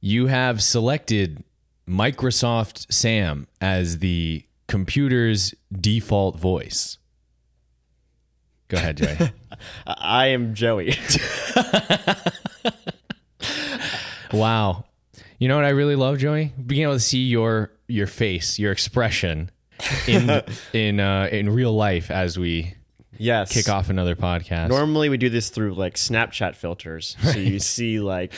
you have selected Microsoft Sam as the computer's default voice. Go ahead, Jay. I am Joey. wow. You know what I really love, Joey? Being able to see your your face, your expression in in uh, in real life as we yes. kick off another podcast. Normally we do this through like Snapchat filters, so you see like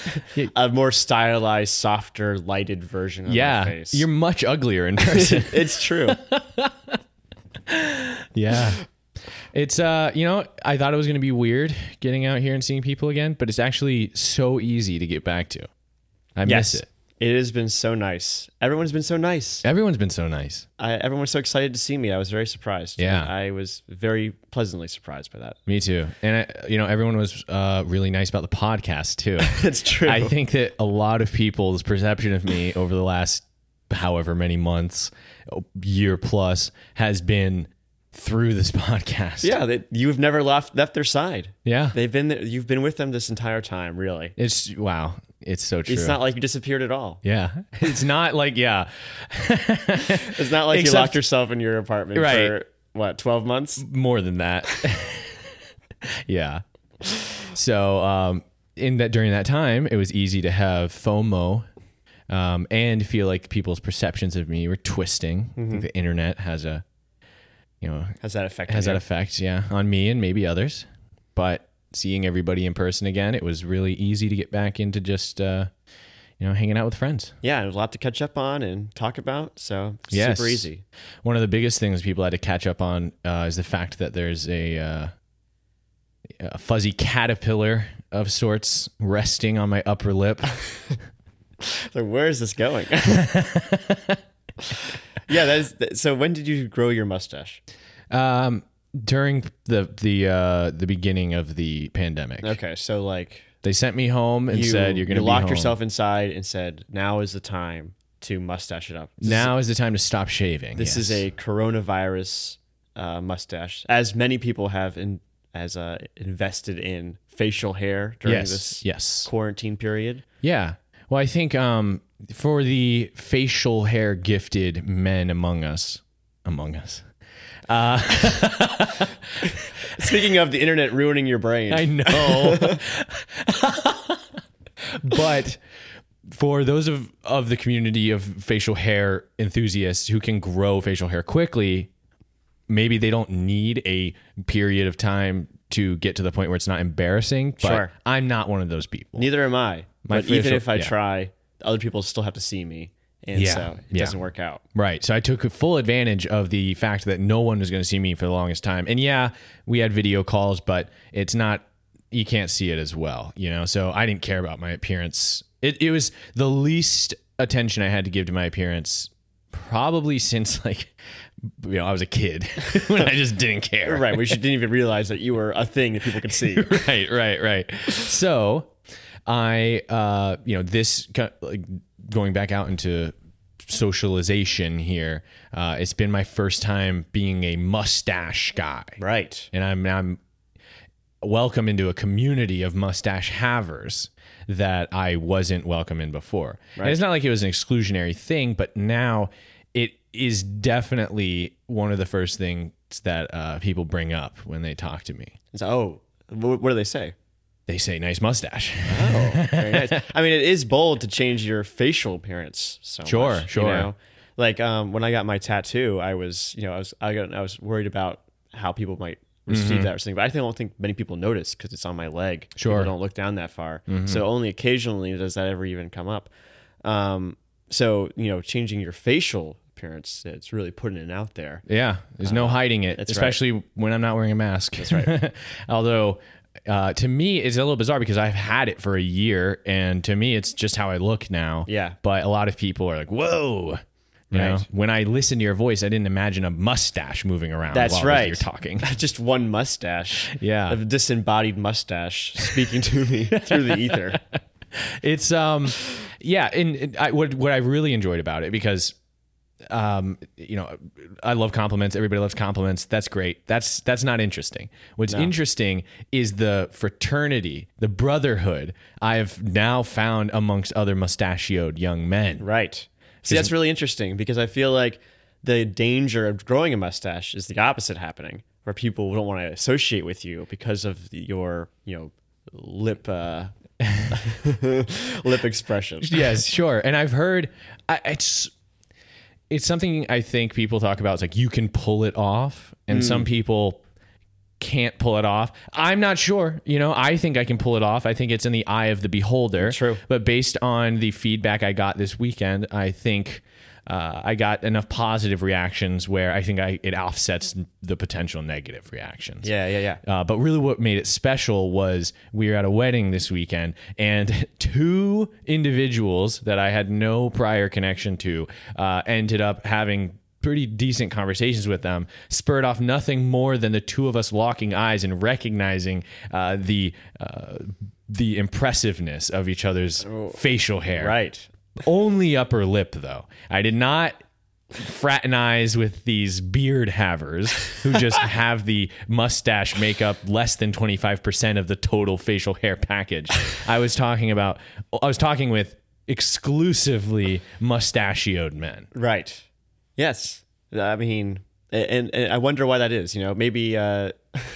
a more stylized, softer, lighted version of yeah, my face. you're much uglier in person. it's true. yeah. It's uh, you know, I thought it was going to be weird getting out here and seeing people again, but it's actually so easy to get back to. I yes. miss it. It has been so nice. Everyone's been so nice. Everyone's been so nice. I, everyone was so excited to see me. I was very surprised. Yeah. I was very pleasantly surprised by that. Me too. And I, you know, everyone was uh really nice about the podcast too. It's true. I think that a lot of people's perception of me over the last however many months, oh, year plus, has been through this podcast. yeah, they, you've never left left their side. Yeah. They've been there, you've been with them this entire time, really. It's wow. It's so true. It's not like you disappeared at all. yeah. It's not like yeah. It's not like you Except- locked yourself in your apartment Right. for what, 12 months? more than that. yeah. So um, in that during that time, it was easy to have FOMO um, and feel like people's perceptions of me were twisting. I think The internet has a you know Has that affected has you? that effect, yeah, on me and maybe others. But seeing everybody in person again, it was really easy to get back into just uh, you know hanging out with friends. yeah, a lot to catch up on and talk about. So Yes. super easy. One of the biggest things people had to catch up on uh, is the fact that there's a, uh, a fuzzy caterpillar of sorts resting on my upper lip. So where is this going? yeah, that is. that- So when did you grow your mustache? um, during the the uh, the beginning of the pandemic, Okay, so like they sent me home and you said, "You're going to you be locked home. yourself inside and said, "Now is the time to mustache it up." This is- Now is the time to stop shaving." this is Yes. a coronavirus uh, mustache, as many people have in as uh, invested in facial hair during yes, this yes, quarantine period. yeah. Well, I think um, for the facial hair gifted men among us, among us. Speaking of the internet ruining your brain, I know. but for those of, of the community of facial hair enthusiasts who can grow facial hair quickly, maybe they don't need a period of time to get to the point where it's not embarrassing. But Sure. I'm not one of those people. Neither am I. My but even facial- if I yeah. try, other people still have to see me. And Yeah, so it yeah. doesn't work out. Right. So I took full advantage of the fact that no one was going to see me for the longest time. And yeah, we had video calls, but it's not you can't see it as well, you know. So I didn't care about my appearance. It it was the least attention I had to give to my appearance probably since like you know, I was a kid when I just didn't care. Right. We should, didn't even realize that you were a thing that people could see. right, right, right. So I, uh, you know, this co- like going back out into socialization here. Uh, it's been my first time being a mustache guy, right. and I'm I'm welcome into a community of mustache havers that I wasn't welcome in before. And it's not like it was an exclusionary thing, but now it is definitely one of the first things that uh, people bring up when they talk to me And so, oh, wh- what do they say? they say nice mustache. Oh, very nice. I mean, it is bold to change your facial appearance. So Sure, much, you sure. know? Like um, when I got my tattoo, I was, you know, I was, I, got, I was worried about how people might receive that or something. But I think I don't think many people notice because it's on my leg. Mm-hmm. Sure. Mm-hmm. people don't look down that far. So only occasionally does that ever even come up. Um, so you know, changing your facial appearance, it's really putting it out there. Yeah, there's no hiding it, that's especially when I'm not wearing a mask. That's right. Although, uh, to me, it's a little bizarre because I've had it for a year, and to me, it's just how I look now. Yeah. But a lot of people are like, "Whoa." You know, Right. when I listened to your voice, I didn't imagine a mustache moving around. That's while right. You're talking. Just one mustache. Yeah. A disembodied mustache speaking to me through the ether. It's um, yeah, and, and I, what what I really enjoyed about it because um, you know, I love compliments. Everybody loves compliments. That's great. That's that's not interesting. What's interesting is the fraternity, the brotherhood I've now found amongst other mustachioed young men. Right. See, that's really interesting because I feel like the danger of growing a mustache is the opposite happening, where people don't want to associate with you because of your, you know, lip uh, lip expression. yes, sure. And I've heard I, it's it's something I think people talk about. It's like you can pull it off, and some Mm. people can't pull it off. I'm not sure. You know, I think I can pull it off. I think it's in the eye of the beholder. True. But based on the feedback I got this weekend, I think. Uh, I got enough positive reactions where I think I, it offsets the potential negative reactions. Yeah, yeah, yeah. Uh, but really, what made it special was we were at a wedding this weekend, and two individuals that I had no prior connection to uh, ended up having pretty decent conversations with them, spurred off nothing more than the two of us locking eyes and recognizing uh, the. Uh, the impressiveness of each other's facial hair. Right. Only upper lip, though. I did not fraternize with these beard havers who just have the mustache makeup less than 25% of the total facial hair package. I was talking about, I was talking with exclusively mustachioed men. Right. Yes. I mean, and, and I wonder why that is. You know, maybe. Uh,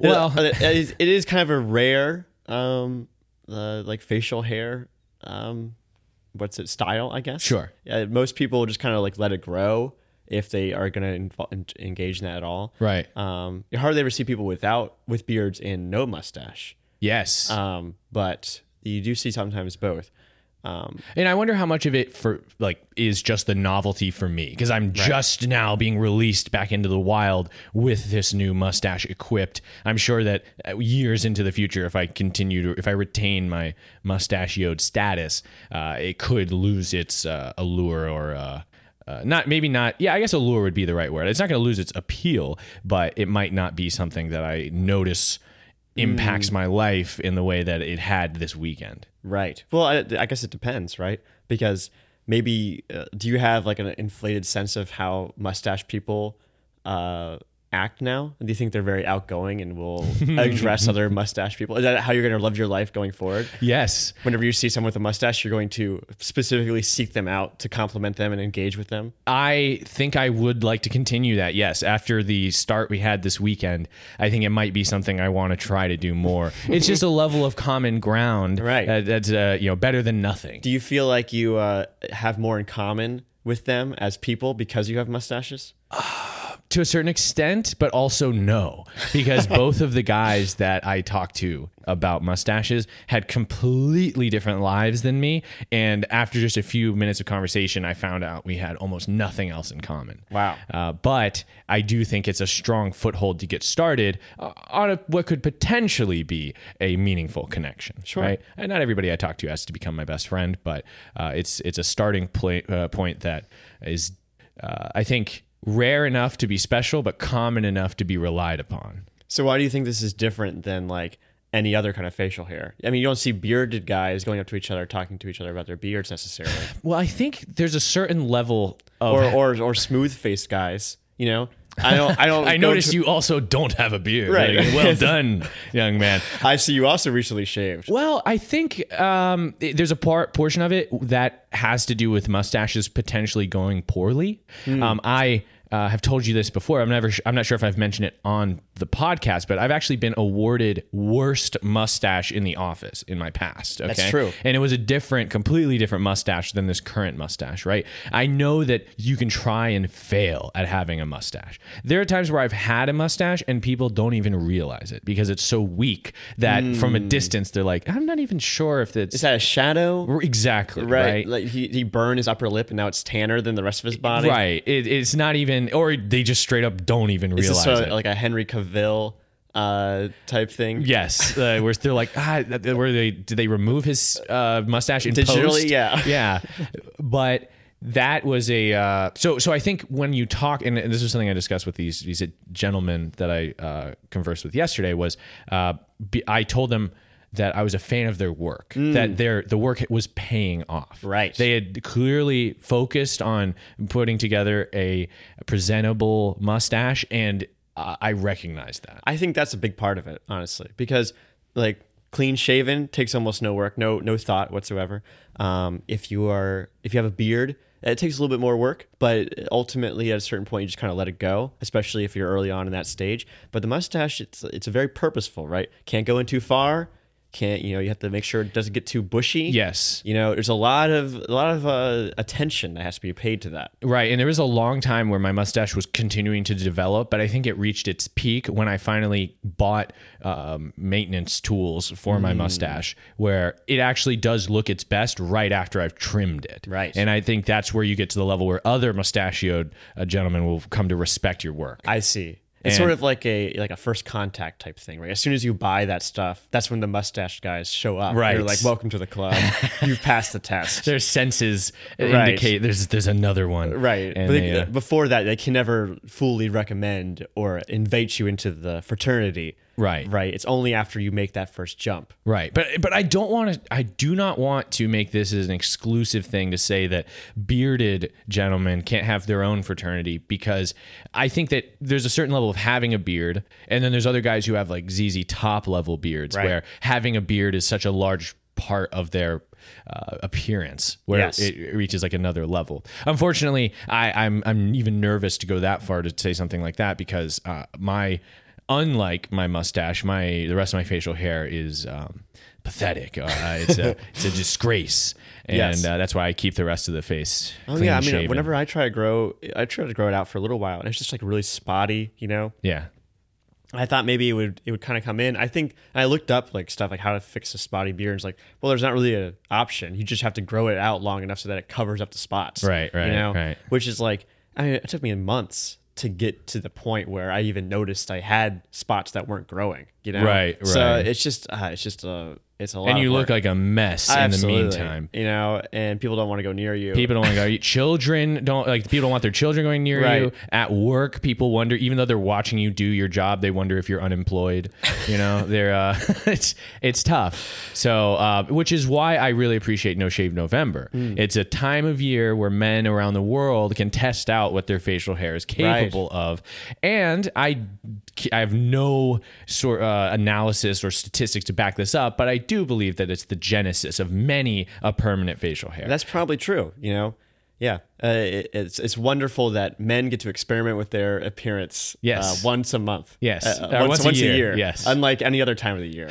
Well- it is, it is kind of a rare, um, uh, like facial hair. Um, what's it style? I guess. Sure. Yeah, most people just kind of like let it grow if they are going to engage in that at all. Right. Um, you hardly ever see people without with beards and no mustache. Yes. Um, but you do see sometimes both. Um, And I wonder how much of it for like is just the novelty for me because I'm just now being released back into the wild with this new mustache equipped. I'm sure that uh, years into the future, if I continue to, if I retain my mustachioed status, uh, it could lose its uh, allure or. Uh, uh, not maybe not yeah i guess allure would be the right word it's not going to lose its appeal but it might not be something that i notice impacts my life in the way that it had this weekend Right. Well, I, I guess it depends, right? Because maybe uh, do you have like an inflated sense of how mustache people uh, act now? Do you think they're very outgoing and will address other mustache people? Is that how you're going to live your life going forward? yes Whenever you see someone with a mustache, you're going to specifically seek them out to compliment them and engage with them. I think I would like to continue that. Yes, after the start we had this weekend, I think it might be something I want to try to do more. it's just a level of common ground, Right. that- that's uh, you know better than nothing. Do you feel like you uh, have more in common with them as people because you have mustaches? to a certain extent, but also no, because both of the guys that I talked to about mustaches had completely different lives than me. And after just a few minutes of conversation, I found out we had almost nothing else in common. Wow. Uh, but I do think it's a strong foothold to get started uh, on a, what could potentially be a meaningful connection. Sure. Right? And not everybody I talk to has to become my best friend, but uh, it's it's a starting pla uh, point that is, uh, I think, rare enough to be special, but common enough to be relied upon. So why do you think this is different than like any other kind of facial hair? I mean, you don't see bearded guys going up to each other talking to each other about their beards necessarily, Well, I think there's a certain level of. or or or smooth faced guys. You know, I don't. I don't. I go noticed to- you also don't have a beard. Right. Like, well done, young man. I see you also recently shaved. Well, I think um, it- there's a part portion of it that has to do with mustaches potentially going poorly. Um, I uh, have told you this before. I'm never. I'm not sure if I've mentioned it on the podcast, but I've actually been awarded worst mustache in the office in my past. Okay, true. and it was a different, completely different mustache than this current mustache, right? I know that you can try and fail at having a mustache. There are times where I've had a mustache and people don't even realize it because it's so weak that from a distance they're like, I'm not even sure if Hmm. it's Is that a shadow? exactly Right. right. Like he he burned his upper lip, and now it's tanner than the rest of his body. Right. It, it's not even, or they just straight up don't even Is realize this sort it. of like a Henry Cavill uh, type thing? Yes, uh, where they're like, ah, th- th- where they did they remove his uh, mustache in Digitally, post? yeah. yeah. But that was a uh, so so. I think when you talk, and this is something I discussed with these these gentlemen that I uh, conversed with yesterday was, uh, be, I told them that I was a fan of their work, that their the work was paying off. Mm. Right. They had clearly focused on putting together a presentable mustache, and I I recognized that. I think that's a big part of it, honestly, because like clean shaven takes almost no work, no no thought whatsoever. Um, if you are if you have a beard, it takes a little bit more work, but ultimately at a certain point you just kind of let it go, especially if you're early on in that stage. But the mustache, it's it's very purposeful, right? Can't go in too far. Can't you know you have to make sure it doesn't get too bushy. Yes. You know, there's a lot of a lot of uh, attention that has to be paid to that. Right. And there was a long time where my mustache was continuing to develop, but I think it reached its peak when I finally bought um, maintenance tools for Mm. my mustache, where it actually does look its best right after I've trimmed it. Right. And I think that's where you get to the level where other mustachioed uh, gentlemen will come to respect your work. I see. It's sort of like a like a first contact type thing, right? As soon as you buy that stuff, that's when the mustache guys show up. Right. They're like, "Welcome to the club. You've passed the test." Their senses Right. indicate there's there's another one. Right. And but they- they, uh, before that, they can never fully recommend or invite you into the fraternity. Right. Right. It's only after you make that first jump. Right. But but I don't want to I do not want to make this as an exclusive thing to say that bearded gentlemen can't have their own fraternity because I think that there's a certain level of having a beard and then there's other guys who have like ZZ top level beards Right. where having a beard is such a large part of their uh, appearance where Yes. it it reaches like another level. Unfortunately, I, I'm I'm even nervous to go that far to say something like that because uh, my unlike my mustache, my the rest of my facial hair is um, pathetic. Uh, it's a it's a disgrace, and Yes. uh, that's why I keep the rest of the face. Oh yeah. I mean, whenever I try to grow, I try to grow it out for a little while, and it's just like really spotty. You know. yeah. I thought maybe it would it would kind of come in. I think I looked up like stuff like how to fix a spotty beard. And it's like, well, there's not really an option. You just have to grow it out long enough so that it covers up the spots. Right, right, You know, right. which is like, I mean, it took me months to get to the point where I even noticed I had spots that weren't growing. You know, Right, So right. it's just, uh, it's just a, it's a lot. And you of look work. like a mess Absolutely. in the meantime. you know, and people don't want to go near you. People don't want to go. you- Children don't like. People don't want their children going near you. Right. At work, people wonder. Even though they're watching you do your job, they wonder if you're unemployed. You know, they're. Uh, it's it's tough. So, uh, which is why I really appreciate No Shave November. Hmm. It's a time of year where men around the world can test out what their facial hair is capable of, and I I have no sort uh, analysis or statistics to back this up, but I do believe that it's the genesis of many a permanent facial hair. That's probably true. You know, yeah, uh, it, it's it's wonderful that men get to experiment with their appearance. Yes. uh, once a month. Yes. Uh, Or once, once a once year. Yes. unlike any other time of the year.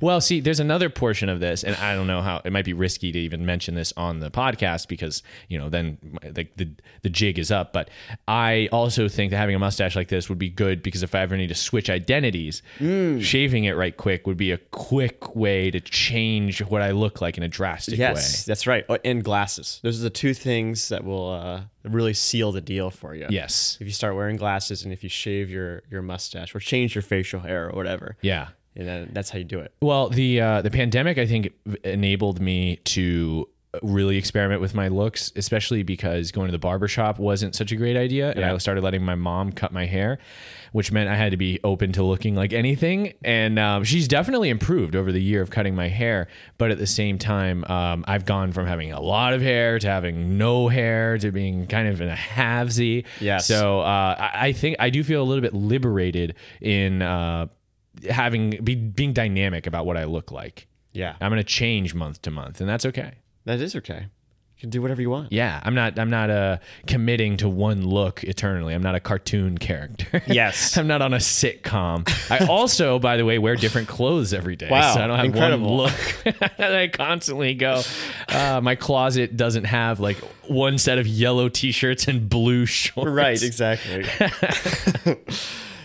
Well, see, there's another portion of this, and I don't know how it might be risky to even mention this on the podcast because you know then like the, the jig is up. But I also think that having a mustache like this would be good because if I ever need to switch identities, shaving it right quick would be a quick way to change what I look like in a drastic yes, that's right. Oh, and glasses. Those are the two things that will uh, really seal the deal for you. way. Yes. If you start wearing glasses and if you shave your your mustache or change your facial hair or whatever, Yeah. and then that's how you do it. Well, the uh, the pandemic, I think, enabled me to really experiment with my looks, especially because going to the barber shop wasn't such a great idea, and I started letting my mom cut my hair, which meant I had to be open to looking like anything. And um, she's definitely improved over the year of cutting my hair, but at the same time, um, I've gone from having a lot of hair to having no hair to being kind of in a halvesy. Yes. So so uh, I, I think I do feel a little bit liberated in uh, having be, being dynamic about what I look like. Yeah, I'm gonna change month to month, and that's okay. that is okay. You can do whatever you want. Yeah, I'm not I'm not uh, committing to one look eternally. I'm not a cartoon character. Yes. I'm not on a sitcom. I also, by the way, wear different clothes every day. Wow, so I don't have incredible. one look. I constantly go. Uh, my closet doesn't have like one set of yellow t-shirts and blue shorts. right exactly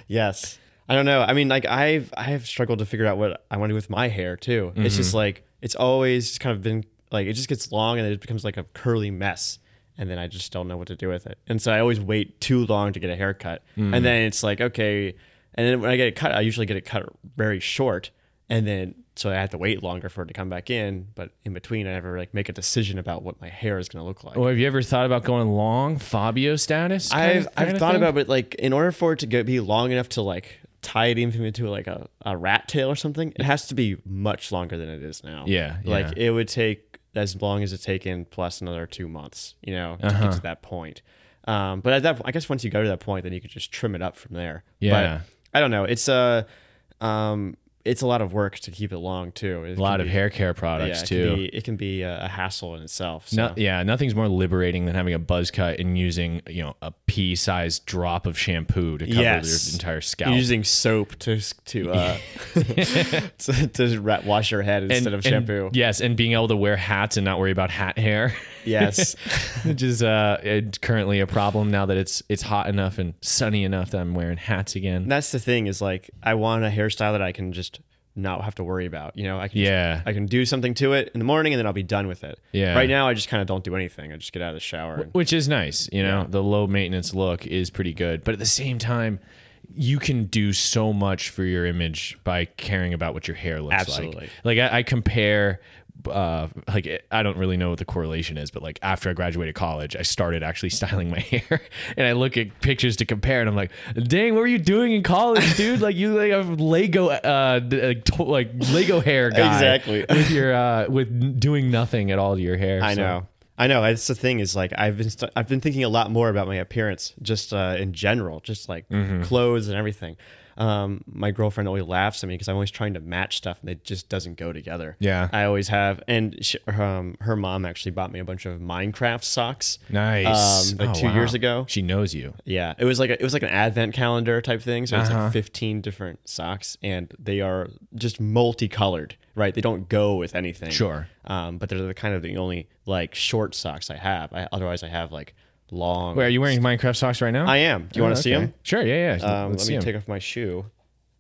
yes i don't know i mean like i've i've struggled to figure out what i want to do with my hair too it's just like it's always just kind of been like it just gets long and it becomes like a curly mess and then i just don't know what to do with it and so i always wait too long to get a haircut and then it's like okay and then when i get it cut i usually get it cut very short and then so i have to wait longer for it to come back in but in between i never like make a decision about what my hair is going to look like Well, have you ever thought about going long Fabio status? kind I've of- kind I've of thought thing? about, it, but like in order for it to go, be long enough to like tie it even to like a, a rat tail or something, it has to be much longer than it is now. Yeah, Like yeah. it would take as long as it's taken plus another two months, you know, to Uh-huh. get to that point. Um, but at that, I guess once you go to that point, then you could just trim it up from there. Yeah. But I don't know. It's a, um, it's a lot of work to keep it long too. It a lot of hair care products It too. can, be, it can be a a hassle in itself. So. No, yeah, nothing's more liberating than having a buzz cut and using you know a pea-sized drop of shampoo to cover Yes. your entire scalp. You're using soap to to uh, to, to ra- wash your head And- instead of and- shampoo. yes, and being able to wear hats and not worry about hat hair, Yes, which is uh, it's currently a problem now that it's it's hot enough and sunny enough that I'm wearing hats again. And that's the thing is like I want a hairstyle that I can just not have to worry about. You know, I can just- Yeah. I can do something to it in the morning and then I'll be done with it. Yeah. Right now I just kind of don't do anything. I just get out of the shower. And, which is nice you know the low maintenance look is pretty good but at the same time you can do so much for your image by caring about what your hair looks Absolutely. like like i, I compare uh, like I don't really know what the correlation is, but like after I graduated college, I started actually styling my hair, and I look at pictures to compare, and I'm like, "Dang, what were you doing in college, dude? Like you like have Lego, uh, d- like, to- like Lego hair guy, Exactly. with your uh, with n- doing nothing at all to your hair." I So- know. I know. That's the thing is like I've been st- I've been thinking a lot more about my appearance just uh, in general, just like Mm-hmm. clothes and everything. Um, my girlfriend always laughs at me because I'm always trying to match stuff and it just doesn't go together. Yeah. I always have. And she, um, her mom actually bought me a bunch of Minecraft socks. Nice. Oh, Um, like two two years ago. She knows you. Yeah, it was like a, it was like an advent calendar type thing. So it's Uh-huh. like fifteen different socks, and they are just multicolored. Right, they don't go with anything. Sure. um, but they're the kind of the only like short socks I have. I, otherwise, I have like long. Wait, are you wearing Minecraft socks right now? I am. Do you want to see them? Sure. Yeah. Yeah. Um, Oh, Let's let see me 'em. take off my shoe,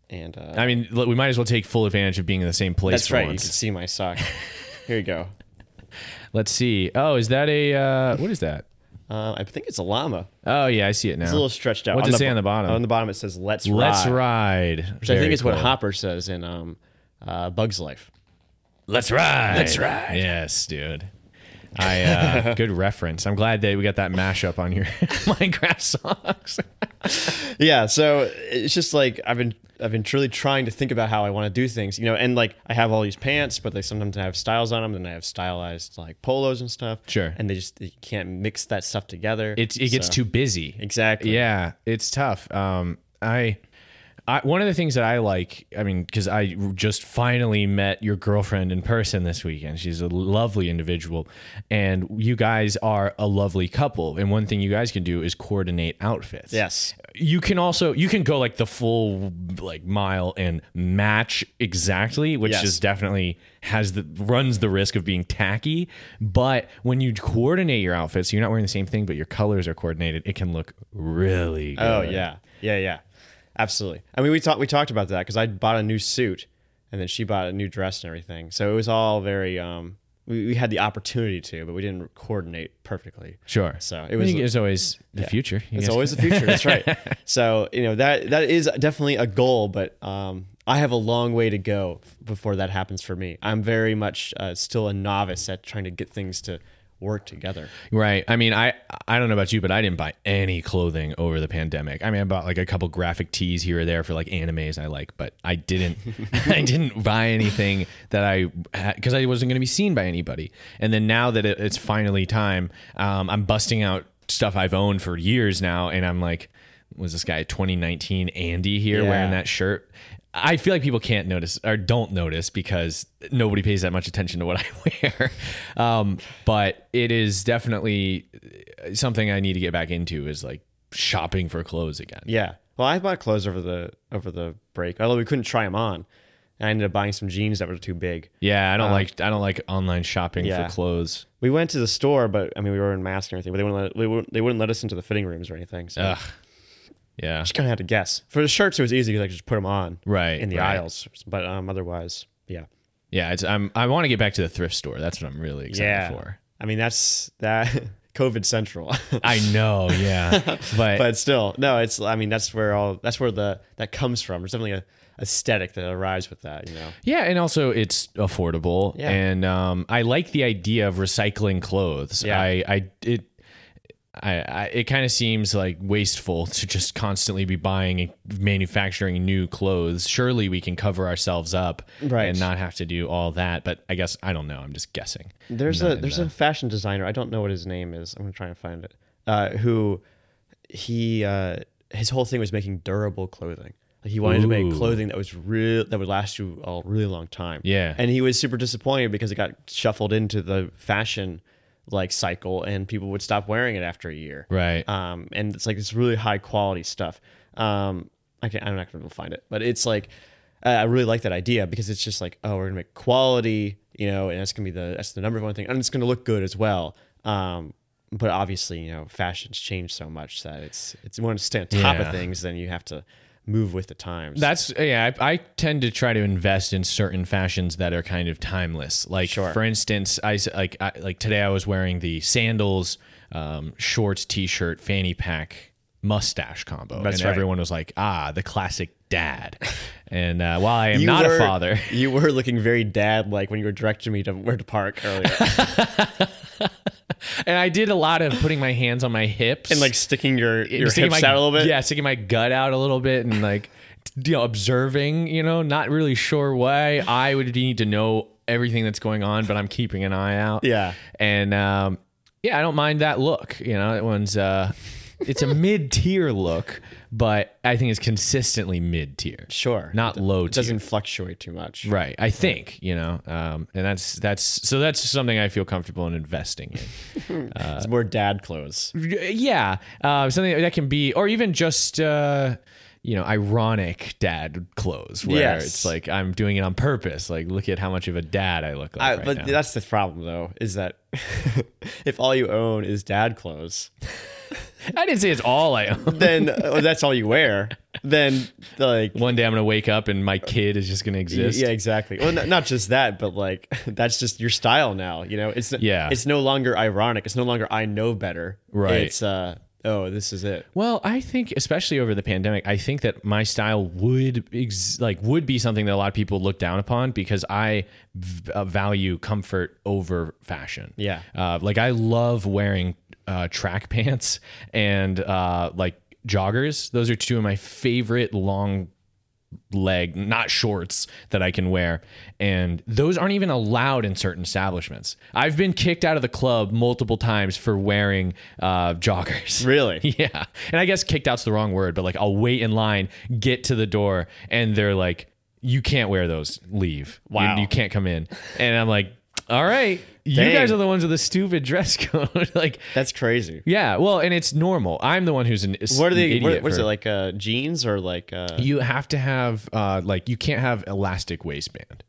and uh, I mean, look, we might as well take full advantage of being in the same place. that's for right. You can Once. see my sock. Here you go. Let's see. Oh, is that a uh, what is that? Uh, I think it's a llama. Oh yeah, I see it now. It's a little stretched out. What's it the say bo- on the bottom? On the bottom, it says "Let's ride." Let's ride. Which I think it's what Hopper says in um, uh, Bug's Life. Let's ride. Let's ride. Yes, dude. I uh, good reference. I'm glad that we got that mashup on your Minecraft socks. yeah so it's just like i've been i've been truly trying to think about how i want to do things you know and like i have all these pants but they sometimes have styles on them and i have stylized like polos and stuff Sure. and they just you can't mix that stuff together It's it gets So- too busy. exactly Yeah, it's tough. Um, I, I one of the things that I like, I mean, because I just finally met your girlfriend in person this weekend. She's a lovely individual, and you guys are a lovely couple. And one thing you guys can do is coordinate outfits yes you can also you can go like the full like mile and match exactly which Yes. is definitely has the runs the risk of being tacky but when you coordinate your outfits so you're not wearing the same thing but your colors are coordinated it can look really good oh yeah yeah yeah absolutely i mean we talked we talked about that because i bought a new suit and then she bought a new dress and everything so it was all very um we, we had the opportunity to but we didn't coordinate perfectly sure So it I mean, it's was- always the future You It's guys- always the future. That's right. so you know that that is definitely a goal, but um, I have a long way to go f- before that happens for me. I'm very much uh, still a novice at trying to get things to work together. Right. I mean, I I don't know about you, but I didn't buy any clothing over the pandemic. I mean, I bought like a couple graphic tees here or there for like animes I like, but I didn't I didn't buy anything that I because I wasn't going to be seen by anybody. And then now that it, it's finally time, um, I'm busting out stuff I've owned for years now, and I'm like, was this guy 2019 Andy here Yeah. wearing that shirt? I feel like people can't notice or don't notice because nobody pays that much attention to what I wear. Um, but it is definitely something I need to get back into is like shopping for clothes again. Yeah. Well, I bought clothes over the over the break, although we couldn't try them on. I ended up buying some jeans that were too big. Yeah, I don't like I don't like online shopping Uh-huh. yeah. for clothes. We went to the store, but I mean, we were in masks and everything, but they wouldn't let, they wouldn't, they wouldn't let us into the fitting rooms or anything. So Ugh. Yeah. just kind of had to guess. For the shirts, it was easy because I could just put them on Right. in the right. aisles. But um, otherwise, yeah. Yeah, it's, I'm I want to get back to the thrift store. That's what I'm really excited for. I mean, that's that COVID central, I know, yeah. But, but still, no, it's, I mean, that's where all, that's where the, that comes from. There's definitely a aesthetic that arrives with that, you know? Yeah, and also it's affordable, Yeah. and um, I like the idea of recycling clothes. Yeah. I, I, it, I, I it kind of seems like wasteful to just constantly be buying and manufacturing new clothes. Surely we can cover ourselves up Right. and not have to do all that. But I guess I don't know. I'm just guessing. There's a there's a fashion designer. I don't know what his name is. I'm gonna try and find it. Uh, who he uh, his whole thing was making durable clothing. Like he wanted to make Ooh. clothing that was real that would last you a really long time. Yeah. And he was super disappointed because it got shuffled into the fashion like cycle, and people would stop wearing it after a year. Right. Um, and it's like this really high quality stuff. Um, I can I'm not gonna be able to find it, but it's like uh, I really like that idea because it's just like oh we're gonna make quality, you know, and that's gonna be the that's the number one thing, and it's gonna look good as well. Um, but obviously, you know, fashions change so much that it's it's you want to stay on top Yeah. of things, then you have to move with the times. That's yeah. I, I tend to try to invest in certain fashions that are kind of timeless. Like for instance, I s- like I, like today I was wearing the sandals, um, shorts, t-shirt, fanny pack, mustache combo, That's and right. everyone was like, "Ah, the classic dad." and uh, while I am You not were- a father, You were looking very dad like when you were directing me to where to park earlier, and I did a lot of putting my hands on my hips and like sticking your your sticking hips my, out a little bit. Yeah, sticking my gut out a little bit and like t- you know, observing, you know, not really sure why I would need to know everything that's going on, but I'm keeping an eye out. Yeah. And um yeah, I don't mind that look. You know, that one's uh it's a mid tier look, but I think it's consistently mid tier. Sure. Not low It tier. doesn't fluctuate too much. Right. I think, you know. Um and that's that's so that's something I feel comfortable in investing in. it's more dad clothes. yeah uh, something that can be or even just uh, you know ironic dad clothes where Yes. it's like i'm doing it on purpose like look at how much of a dad i look like I, right but now. that's the problem, though, is that if all you own is dad clothes, i didn't say it's all i own then uh, or that's all you wear. Then like, one day i'm gonna wake up and my kid is just gonna exist yeah, exactly. Well, not, not just that, but like that's just your style now. You know, it's Yeah. it's no longer ironic. It's no longer I know better. Right. It's uh oh, this is it. Well, I think especially over the pandemic, I think that my style would ex- like would be something that a lot of people look down upon because I v- uh, value comfort over fashion. Yeah. uh, like I love wearing uh, track pants and uh, like joggers. Those are two of my favorite long leg, not shorts that I can wear. And those aren't even allowed in certain establishments. I've been kicked out of the club multiple times for wearing uh, joggers. Really? Yeah. And I guess kicked out's the wrong word, but like I'll wait in line, get to the door, and they're like, you can't wear those. Leave. You- Wow. You, can't come in. And I'm like, all right. You Dang. guys are the ones with the stupid dress code. like, That's crazy. yeah. Well, and it's normal. I'm the one who's an What are an they? idiot What, what is for- it like? Uh, jeans or like? Uh, You have to have uh, like you can't have elastic waistband.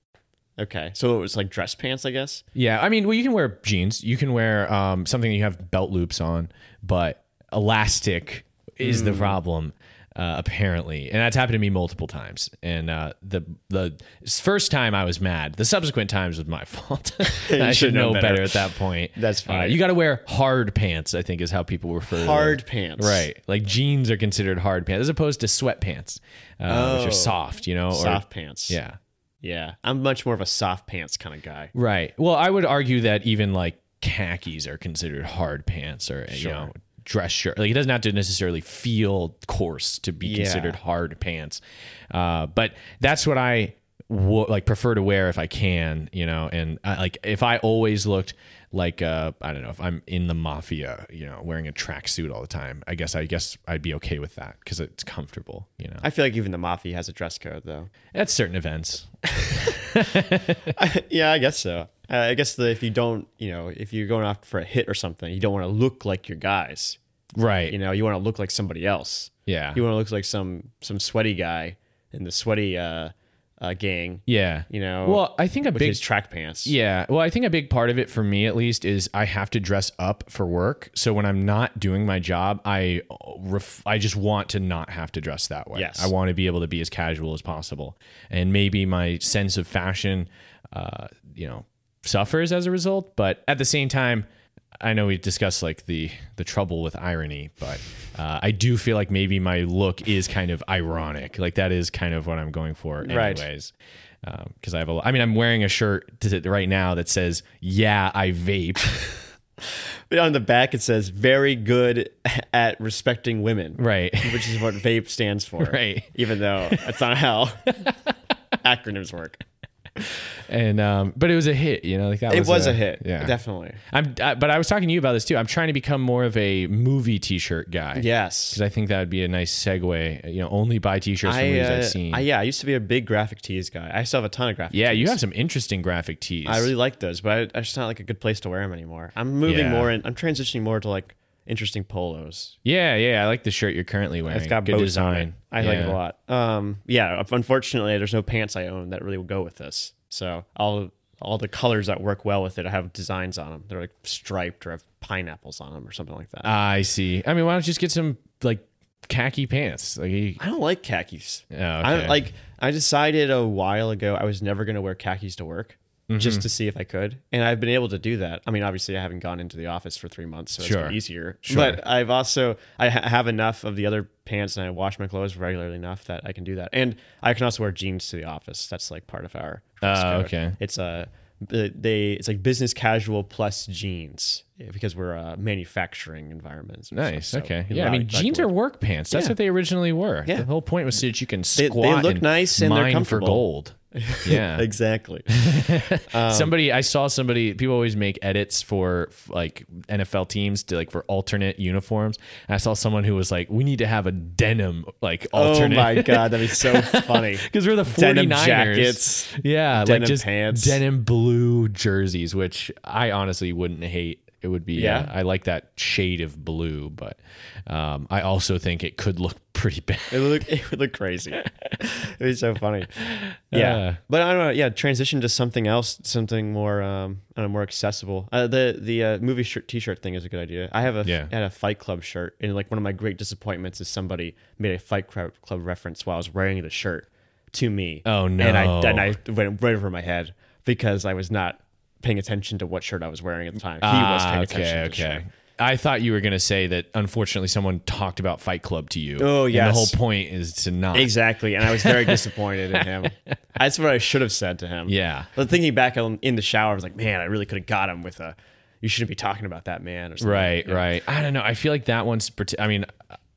okay, so it was like dress pants, I guess. Yeah, I mean, well, you can wear jeans. You can wear um, something that you have belt loops on, but elastic is Hmm. the problem, uh, apparently, and that's happened to me multiple times. And uh, the the first time I was mad. The subsequent times was my fault. I should know better. at that point. Uh, That's fine. you got to wear hard pants. I think is how people refer to them. Hard pants. Right, like jeans are considered hard pants as opposed to sweatpants, uh, which Oh. are soft. You know, or- Soft pants. yeah. Yeah, I'm much more of a soft pants kind of guy. Right. Well, I would argue that even like khakis are considered hard pants or you know dress shirt. Like it doesn't have to necessarily feel coarse to be considered hard pants. Uh, but that's what I wo- like prefer to wear if I can, you know, and I, like if I always looked like uh I don't know if I'm in the mafia, you know, wearing a tracksuit all the time. I guess I guess I'd be okay with that cuz it's comfortable, you know. I feel like even the mafia has a dress code, though. At certain events. yeah, I guess so. Uh, I guess the, if you don't, you know, if you're going off for a hit or something, you don't want to look like your guys. Right. You know, you want to look like somebody else. yeah. You want to look like some some sweaty guy in the sweaty uh, uh, gang. yeah. You know, Well, I think a with big his track pants. Yeah. Well, I think a big part of it for me at least is I have to dress up for work. So when I'm not doing my job, I ref- I just want to not have to dress that way. Yes. I want to be able to be as casual as possible. And maybe my sense of fashion uh, you know, suffers as a result, but at the same time I know we discussed like the the trouble with irony, but uh, I do feel like maybe my look is kind of ironic. Like that is kind of what I'm going for, Right. anyways ways because I have a. I mean, I'm wearing a shirt to, right now that says "Yeah, I vape." But on the back, it says very good at respecting women, Right. which is what vape stands for. Right. Even though that's not how acronyms work. And um, but it was a hit, you know. Like that It was a hit. Yeah, Definitely. I'm, I, but I was talking to you about this too. I'm trying to become more of a movie T-shirt guy. Yes. because I think that would be a nice segue. You know, only buy T-shirts from I, movies uh, I've seen. I- yeah, I used to be a big graphic tees guy. I still have a ton of graphic. yeah, tees. you have some interesting graphic tees. I really like those, but I, it's just not like a good place to wear them anymore. I'm moving Yeah. more in. I'm transitioning more to like interesting polos. yeah, yeah. I like the shirt you're currently wearing. It's got good bows on design. it. I like it Yeah. a lot. Um, yeah. Unfortunately, there's no pants I own that really will go with this. So all all the colors that work well with it, I have designs on them. They're like striped or have pineapples on them or something like that. I see. I mean, why don't you just get some like khaki pants? Like, you- I don't like khakis. oh, okay. I don't like. I decided a while ago I was never going to wear khakis to work. Mm-hmm. Just to see if I could, and I've been able to do that. I mean, obviously, I haven't gone into the office for three months, so it's Sure. been easier. Sure. But I've also I ha- have enough of the other pants, and I wash my clothes regularly enough that I can do that. And I can also wear jeans to the office. That's like part of our. Oh, dress code. okay. It's a they. It's like business casual plus jeans eh, because we're a manufacturing environment. So- Nice. so okay. we Yeah. I like- mean, like to jeans wear are work pants. That's Yeah. what they originally were. Yeah. The whole point was so that you can they squat. look and nice and they're mine comfortable. for gold. Yeah. Um, exactly. somebody I saw somebody people always make edits for f- like NFL teams to like for alternate uniforms. And I saw someone who was like, "We need to have a denim like alternate." Oh my god, that'd be so funny. Because we're the 49ers. Denim jackets, Yeah, denim like just pants. denim blue jerseys, which I honestly wouldn't hate. It would be yeah. Yeah. I like that shade of blue, but um, I also think it could look pretty bad. It would look it would look crazy. It'd be so funny. Yeah. Uh. but I don't know, yeah, transition to something else, something more um I don't know, more accessible. Uh, the the uh, movie shirt t-shirt thing is a good idea. I have a Yeah. I had a Fight Club shirt and like one of my great disappointments is somebody made a Fight Club Club reference while I was wearing the shirt to me. Oh, And I no. and I went right over my head because I was not paying attention to what shirt I was wearing at the time. He was Ah, paying attention okay, to the shirt. okay. I thought you were going to say that unfortunately someone talked about Fight Club to you. Oh, and yes. the whole point is to not. Exactly, and I was very disappointed in him. That's what I should have said to him. Yeah. But thinking back on, in the shower, I was like, man, I really could have got him with a. You shouldn't be talking about that man. Or something. Right, right. I don't know. I feel like that one's. parti- I mean,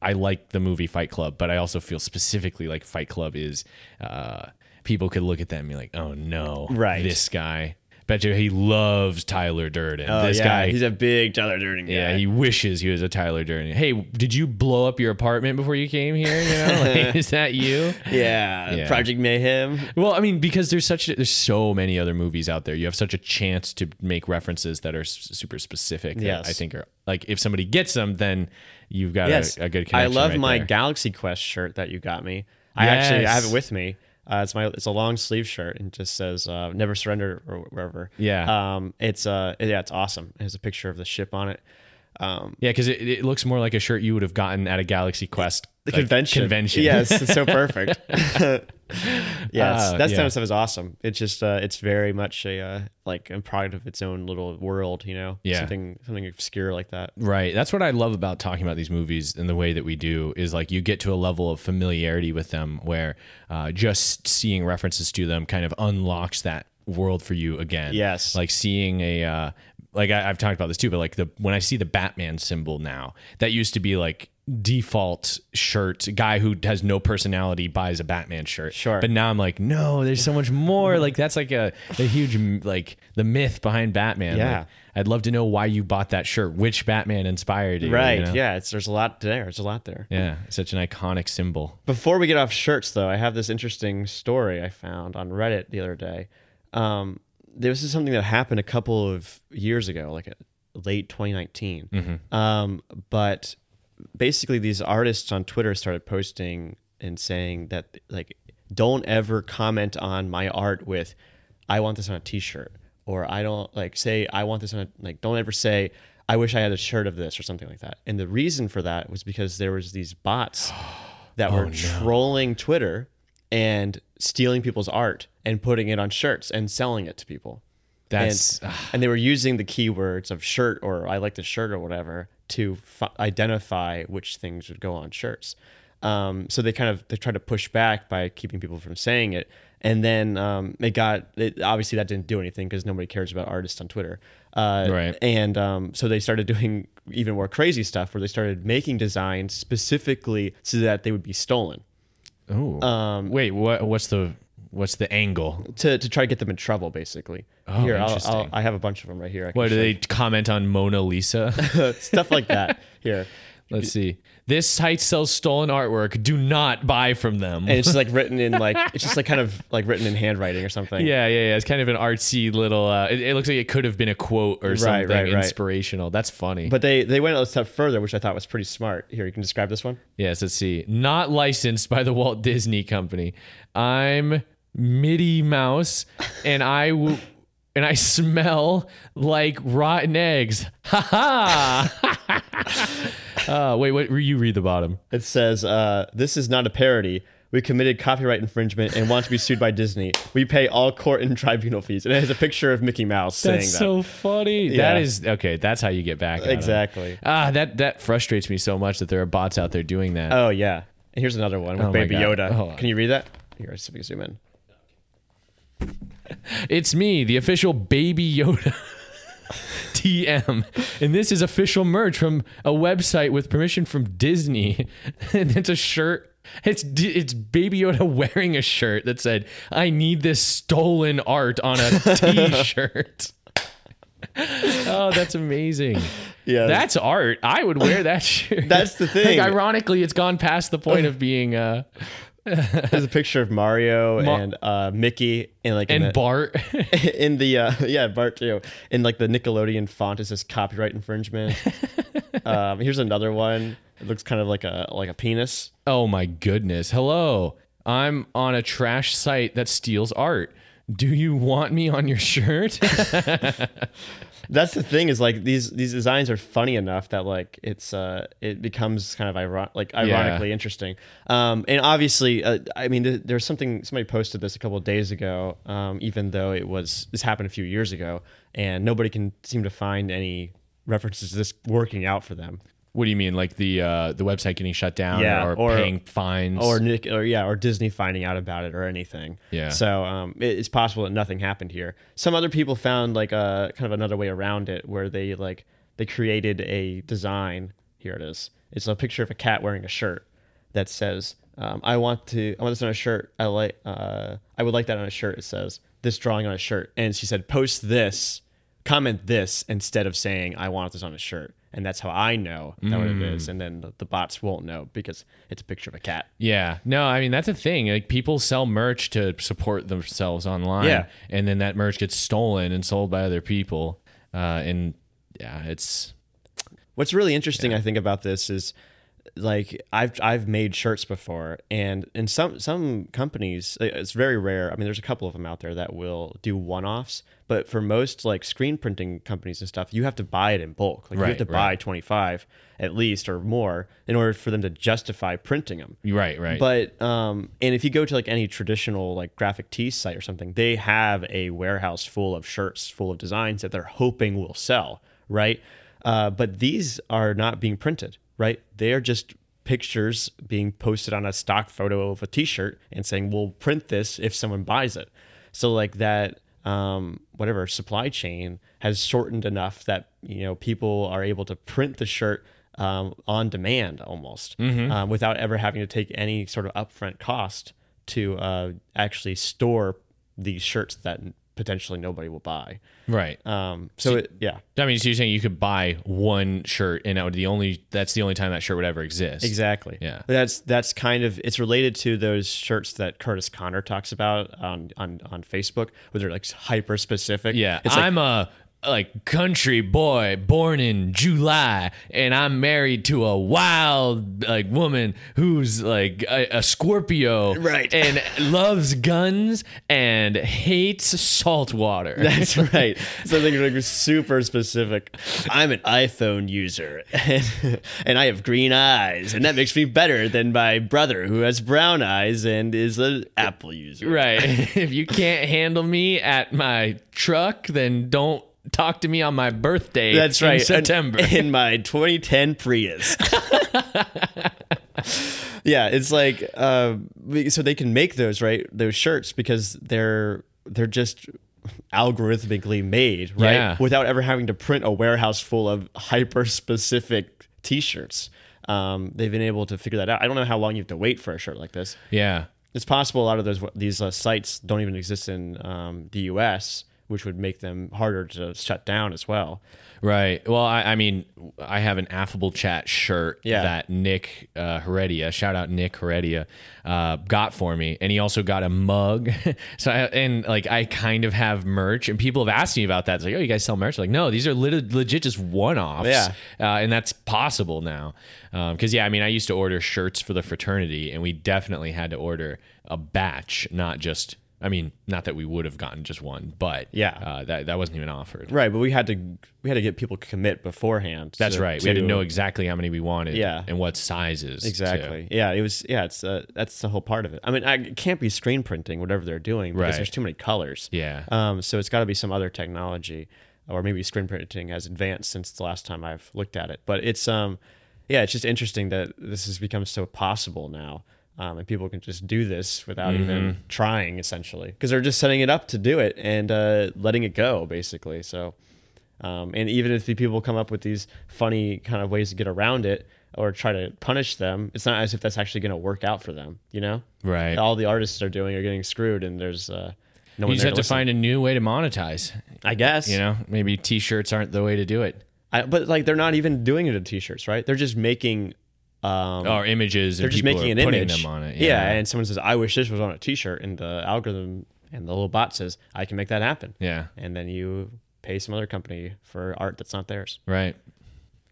I like the movie Fight Club, but I also feel specifically like Fight Club is. Uh, people could look at that and be like, "Oh no, Right. This guy. Bet you he loves Tyler Durden. Oh, this yeah, guy. he's a big Tyler Durden guy. yeah, he wishes he was a Tyler Durden. Hey, did you blow up your apartment before you came here? You know, like, is that you? yeah, Yeah. Project Mayhem. Well, I mean, because there's such there's so many other movies out there. You have such a chance to make references that are s- super specific. that Yes. I think are like if somebody gets them, then you've got Yes, a, a good. I Connection love right my there. Galaxy Quest shirt that you got me. I actually I have Yes. it with me. Uh, it's my it's a long sleeve shirt and just says uh, "Never Surrender" or wherever. Yeah. Um. It's uh. Yeah. It's awesome. It has a picture of the ship on it. Um. yeah, because it, it looks more like a shirt you would have gotten at a Galaxy Quest the like, convention. Convention. Yes, it's so perfect. yes, Uh, that yeah. kind of stuff is awesome. It's just uh, it's very much a uh, like a product of its own little world, you know. Yeah. Something something obscure like that. Right. That's what I love about talking about these movies and the way that we do is like you get to a level of familiarity with them where uh, just seeing references to them kind of unlocks that world for you again. Yes. Like seeing a, uh, like I, I've talked about this too, but like the, when I see the Batman symbol now, that used to be like, default shirt guy who has no personality buys a batman shirt Sure. but now i'm like no there's so much more like that's like a, a huge m- like the myth behind batman Yeah. Like, I'd love to know why you bought that shirt. Which Batman inspired you? you Right. know? Yeah. It's there's a lot there. There's a lot there. Yeah. Such an iconic symbol. Before we get off shirts, though, I have this interesting story I found on Reddit the other day. Um, this is something that happened a couple of years ago, like uh, late 2019. Um, but basically, these artists on Twitter started posting and saying that, like, don't ever comment on my art with, I want this on a t shirt, or I don't, like, say, I want this on a, like, don't ever say, I wish I had a shirt of this or something like that. And the reason for that was because there was these bots that were trolling Twitter and stealing people's art and putting it on shirts and selling it to people. That's and, and they were using the keywords of shirt or I like the shirt or whatever to f- identify which things would go on shirts. Um, so they kind of they tried to push back by keeping people from saying it, and then um, it got it, obviously that didn't do anything because nobody cares about artists on Twitter. Uh, Right. And um, so they started doing even more crazy stuff where they started making designs specifically so that they would be stolen Oh. um, Wait. What? What's the What's the angle? to, to try to get them in trouble, basically. Oh, here, I'll, I'll, interesting. I have a bunch of them right here. I can What do show they comment on Mona Lisa? you. stuff like that here. Let's see. This site sells stolen artwork. Do not buy from them. And it's just like written in like it's just like kind of like written in handwriting or something. yeah, yeah, yeah. It's kind of an artsy little. Uh, it, it looks like it could have been a quote or something right, right. inspirational. That's funny. But they they went a step further, which I thought was pretty smart. Here, you can describe this one. Yes, let's see. Not licensed by the Walt Disney Company. I'm Mitty Mouse, and I w- and I smell like rotten eggs. Ha ha. uh, wait, what? You read the bottom. It says, uh, "This is not a parody. We committed copyright infringement and want to be sued by Disney. We pay all court and tribunal fees." And it has a picture of Mickey Mouse That's saying so funny. Yeah. That is okay. That's how you get back. at that. 'em. Exactly. Ah, that that frustrates me so much that there are bots out there doing that. Oh yeah. And here's another one with Oh my Baby God. Yoda. Hold on. Can you read that? Here, let's see if we can zoom in. It's me, the official Baby Yoda. TM. And this is official merch from a website with permission from Disney. and it's a shirt. It's D- it's Baby Yoda wearing a shirt that said, "I need this stolen art on a t-shirt." oh, that's amazing. Yeah. That's art. I would wear that shirt. That's the thing. Like, ironically, it's gone past the point of being uh There's a picture of Mario Ma- and uh, Mickey and like in and the- Bart. in the uh, yeah Bart too in like the Nickelodeon font it says copyright infringement. um, here's another one. It looks kind of like a like a penis. Oh my goodness. Hello. I'm on a trash site that steals art. Do you want me on your shirt? That's the thing is like these these designs are funny enough that like it's uh it becomes kind of iron- like ironically interesting. Um, and obviously uh, I mean th- there's something somebody posted this a couple of days ago. Um, even though it was this happened a few years ago and nobody can seem to find any references to this working out for them. what do you mean? Like the uh, the website getting shut down Yeah, or, or- paying fines? or Nick, or yeah, or Disney finding out about it or anything. Yeah. So um, it, it's possible that nothing happened here. Some other people found like a kind of another way around it, where they like they created a design. Here it is. It's a picture of a cat wearing a shirt that says, um, "I want to. I want this on a shirt. I like. Uh, I would like that on a shirt." It says this drawing on a shirt, and she said, "Post this." Comment this instead of saying I want this on a shirt, and that's how I know that what it is. And then the, the bots won't know because it's a picture of a cat. yeah. No, I mean that's a thing. Like people sell merch to support themselves online. Yeah. And then that merch gets stolen and sold by other people. Uh, and yeah, it's What's really interesting, I think, about this is like I've I've made shirts before, and in some some companies, uh, it's very rare. I mean, there's a couple of them out there that will do one offs, but for most like screen printing companies and stuff, you have to buy it in bulk. Like you have Right, to right. buy 25 at least or more in order for them to justify printing them. you're right, right. But um, and if you go to like any traditional like graphic tee site or something, they have a warehouse full of shirts, full of designs that they're hoping will sell, right? Uh, but these are not being printed, right? They are just pictures being posted on a stock photo of a T-shirt and saying, "We'll print this if someone buys it." So like that, um, whatever supply chain has shortened enough that you know people are able to print the shirt um, on demand almost um, without ever having to take any sort of upfront cost to uh, actually store these shirts that potentially nobody will buy. right. Um, so, it, yeah, I mean, so you're saying you could buy one shirt and that would the only that's the only time that shirt would ever exist. exactly. Yeah. that's that's kind of it's related to those shirts that Curtis Connor talks about on on, on Facebook where they're like hyper specific. Yeah, it's like I'm a like country boy born in July, and I'm married to a wild like woman who's like a, a Scorpio, Right. And loves guns and hates salt water. That's right. Something like super specific. I'm an iPhone user, and, and I have green eyes, and that makes me better than my brother who has brown eyes and is an Apple user. Right. if you can't handle me at my truck, then don't talk to me on my birthday. That's right. in September. in, in my 2010 Prius. yeah, it's like uh, we- so they can make those right those shirts because they're they're just algorithmically made right Yeah. without ever having to print a warehouse full of hyper specific T-shirts. Um, they've been able to figure that out. I don't know how long you have to wait for a shirt like this. Yeah. It's possible a lot of those these uh, sites don't even exist in um, the U.S., which would make them harder to shut down as well. Right. Well, I, I mean, I have an affable chat shirt Yeah. that Nick uh, Heredia, shout out Nick Heredia, uh, got for me, and he also got a mug. so I, and like I kind of have merch, and people have asked me about that. It's like, oh, you guys sell merch? Like, no, these are lit- legit just one offs. Yeah. uh, and that's possible now. Because yeah, I mean, I used to order shirts for the fraternity, and we definitely had to order a batch, not just. I mean, not that we would have gotten just one, but Yeah. uh, that that wasn't even offered. Right, but we had to we had to get people to commit beforehand. That's to- right. we had to to- know exactly how many we wanted. Yeah. And what sizes. too. Exactly. Yeah, it was. Yeah, it's uh, that's the whole part of it. I mean, I, it can't be screen printing whatever they're doing because Right. there's too many colors. Yeah. Um, so it's got to be some other technology, or maybe screen printing has advanced since the last time I've looked at it. But it's um, yeah, it's just interesting that this has become so possible now, um, and people can just do this without Mm-hmm. even trying essentially because they're just setting it up to do it and uh, letting it go basically. So. Um, and even if the people come up with these funny kind of ways to get around it or try to punish them, it's not as if that's actually going to work out for them, you know? Right. All the artists are doing are getting screwed, and there's uh, you no one just there have to to listen. find a new way to monetize. I guess You know, maybe t shirts aren't the way to do it. I, but like they're not even doing it in t-shirts, right? They're just making. Um, Or images. they're and just Oh, people making are an putting image. them on it. Yeah. and someone says, "I wish this was on a t-shirt," and the algorithm and the little bot says, "I can make that happen." Yeah. And then you pay some other company for art that's not theirs. Right.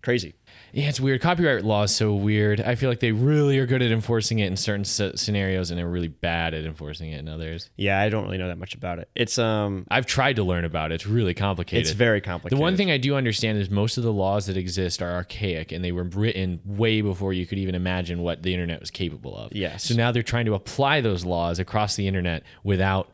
Crazy. Yeah, it's weird. Copyright law is so weird. I feel like they really are good at enforcing it in certain s- scenarios and they're really bad at enforcing it in others. Yeah, I don't really know that much about it. It's um, I've tried to learn about it. It's really complicated. it's very The complicated. one thing I do understand is most of the laws that exist are archaic and they were written way before you could even imagine what the internet was capable of. Yes. So now they're trying to apply those laws across the internet without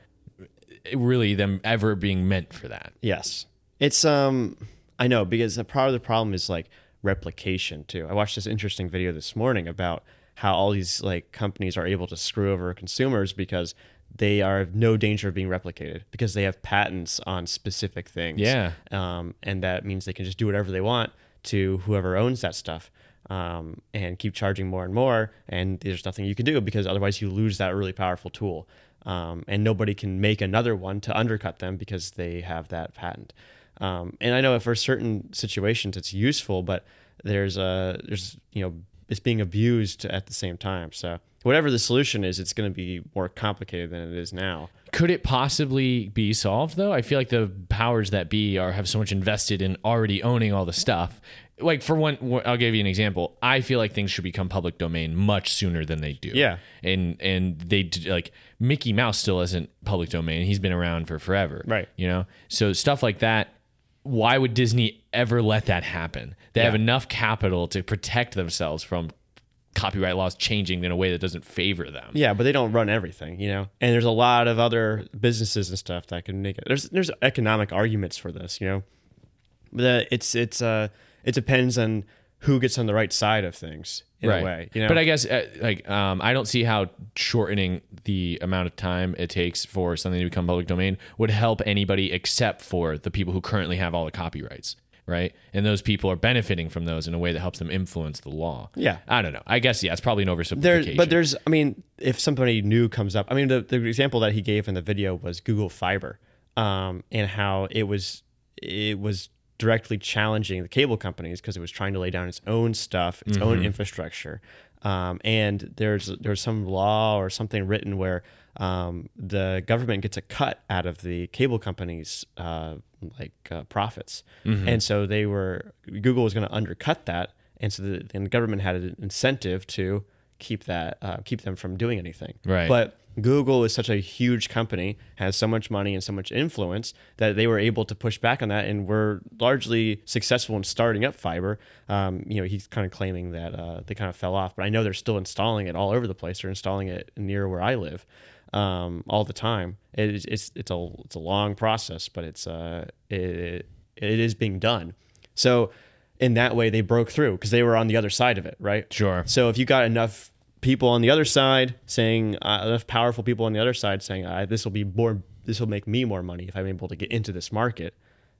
really them ever being meant for that. Yes. It's um I know because a part of the problem is like replication too. I watched this interesting video this morning about how all these like companies are able to screw over consumers because they are of no danger of being replicated because they have patents on specific things. Yeah. Um, and that means they can just do whatever they want to whoever owns that stuff um, and keep charging more and more. And there's nothing you can do because otherwise you lose that really powerful tool. Um, and nobody can make another one to undercut them because they have that patent. Um, and I know for certain situations it's useful, but there's a there's you know it's being abused at the same time. So whatever the solution is, it's going to be more complicated than it is now. Could it possibly be solved though? I feel like the powers that be are have so much invested in already owning all the stuff. Like for one, one- I'll give you an example. I feel like things should become public domain much sooner than they do. Yeah. and and they d- like Mickey Mouse still isn't public domain. He's been around for forever. Right. You know, so stuff like that. Why would Disney ever let that happen? They have enough capital to protect themselves from copyright laws changing in a way that doesn't favor them. Yeah, but they don't run everything, you know. And there's a lot of other businesses and stuff that can make it. There's there's economic arguments for this, you know. But uh, it's it's uh it depends on who gets on the right side of things in a way, you know. But I guess uh, like um, I don't see how shortening the amount of time it takes for something to become public domain would help anybody except for the people who currently have all the copyrights, right? And those people are benefiting from those in a way that helps them influence the law. Yeah. I don't know. I guess yeah, it's probably an oversimplification. there, but there's, I mean, if somebody new comes up, I mean, the, the example that he gave in the video was Google Fiber, um, and how it was it was directly challenging the cable companies because it was trying to lay down its own stuff, its own infrastructure, um, and there's there's some law or something written where um, the government gets a cut out of the cable companies' uh, like uh, profits, and so they were Google was going to undercut that. And so the, and the government had an incentive to keep that uh, keep them from doing anything. Right. But Google is such a huge company, has so much money and so much influence that they were able to push back on that, and were largely successful in starting up fiber. Um, you know, he's kind of claiming that uh, they kind of fell off, but I know they're still installing it all over the place. They're installing it near where I live um, all the time. It, is- it's it's a it's a long process, but it's uh it it is being done. So in that way, they broke through because they were on the other side of it, right? sure. So if you got enough people on the other side saying uh, enough powerful people on the other side saying uh, this will be more this will make me more money if I'm able to get into this market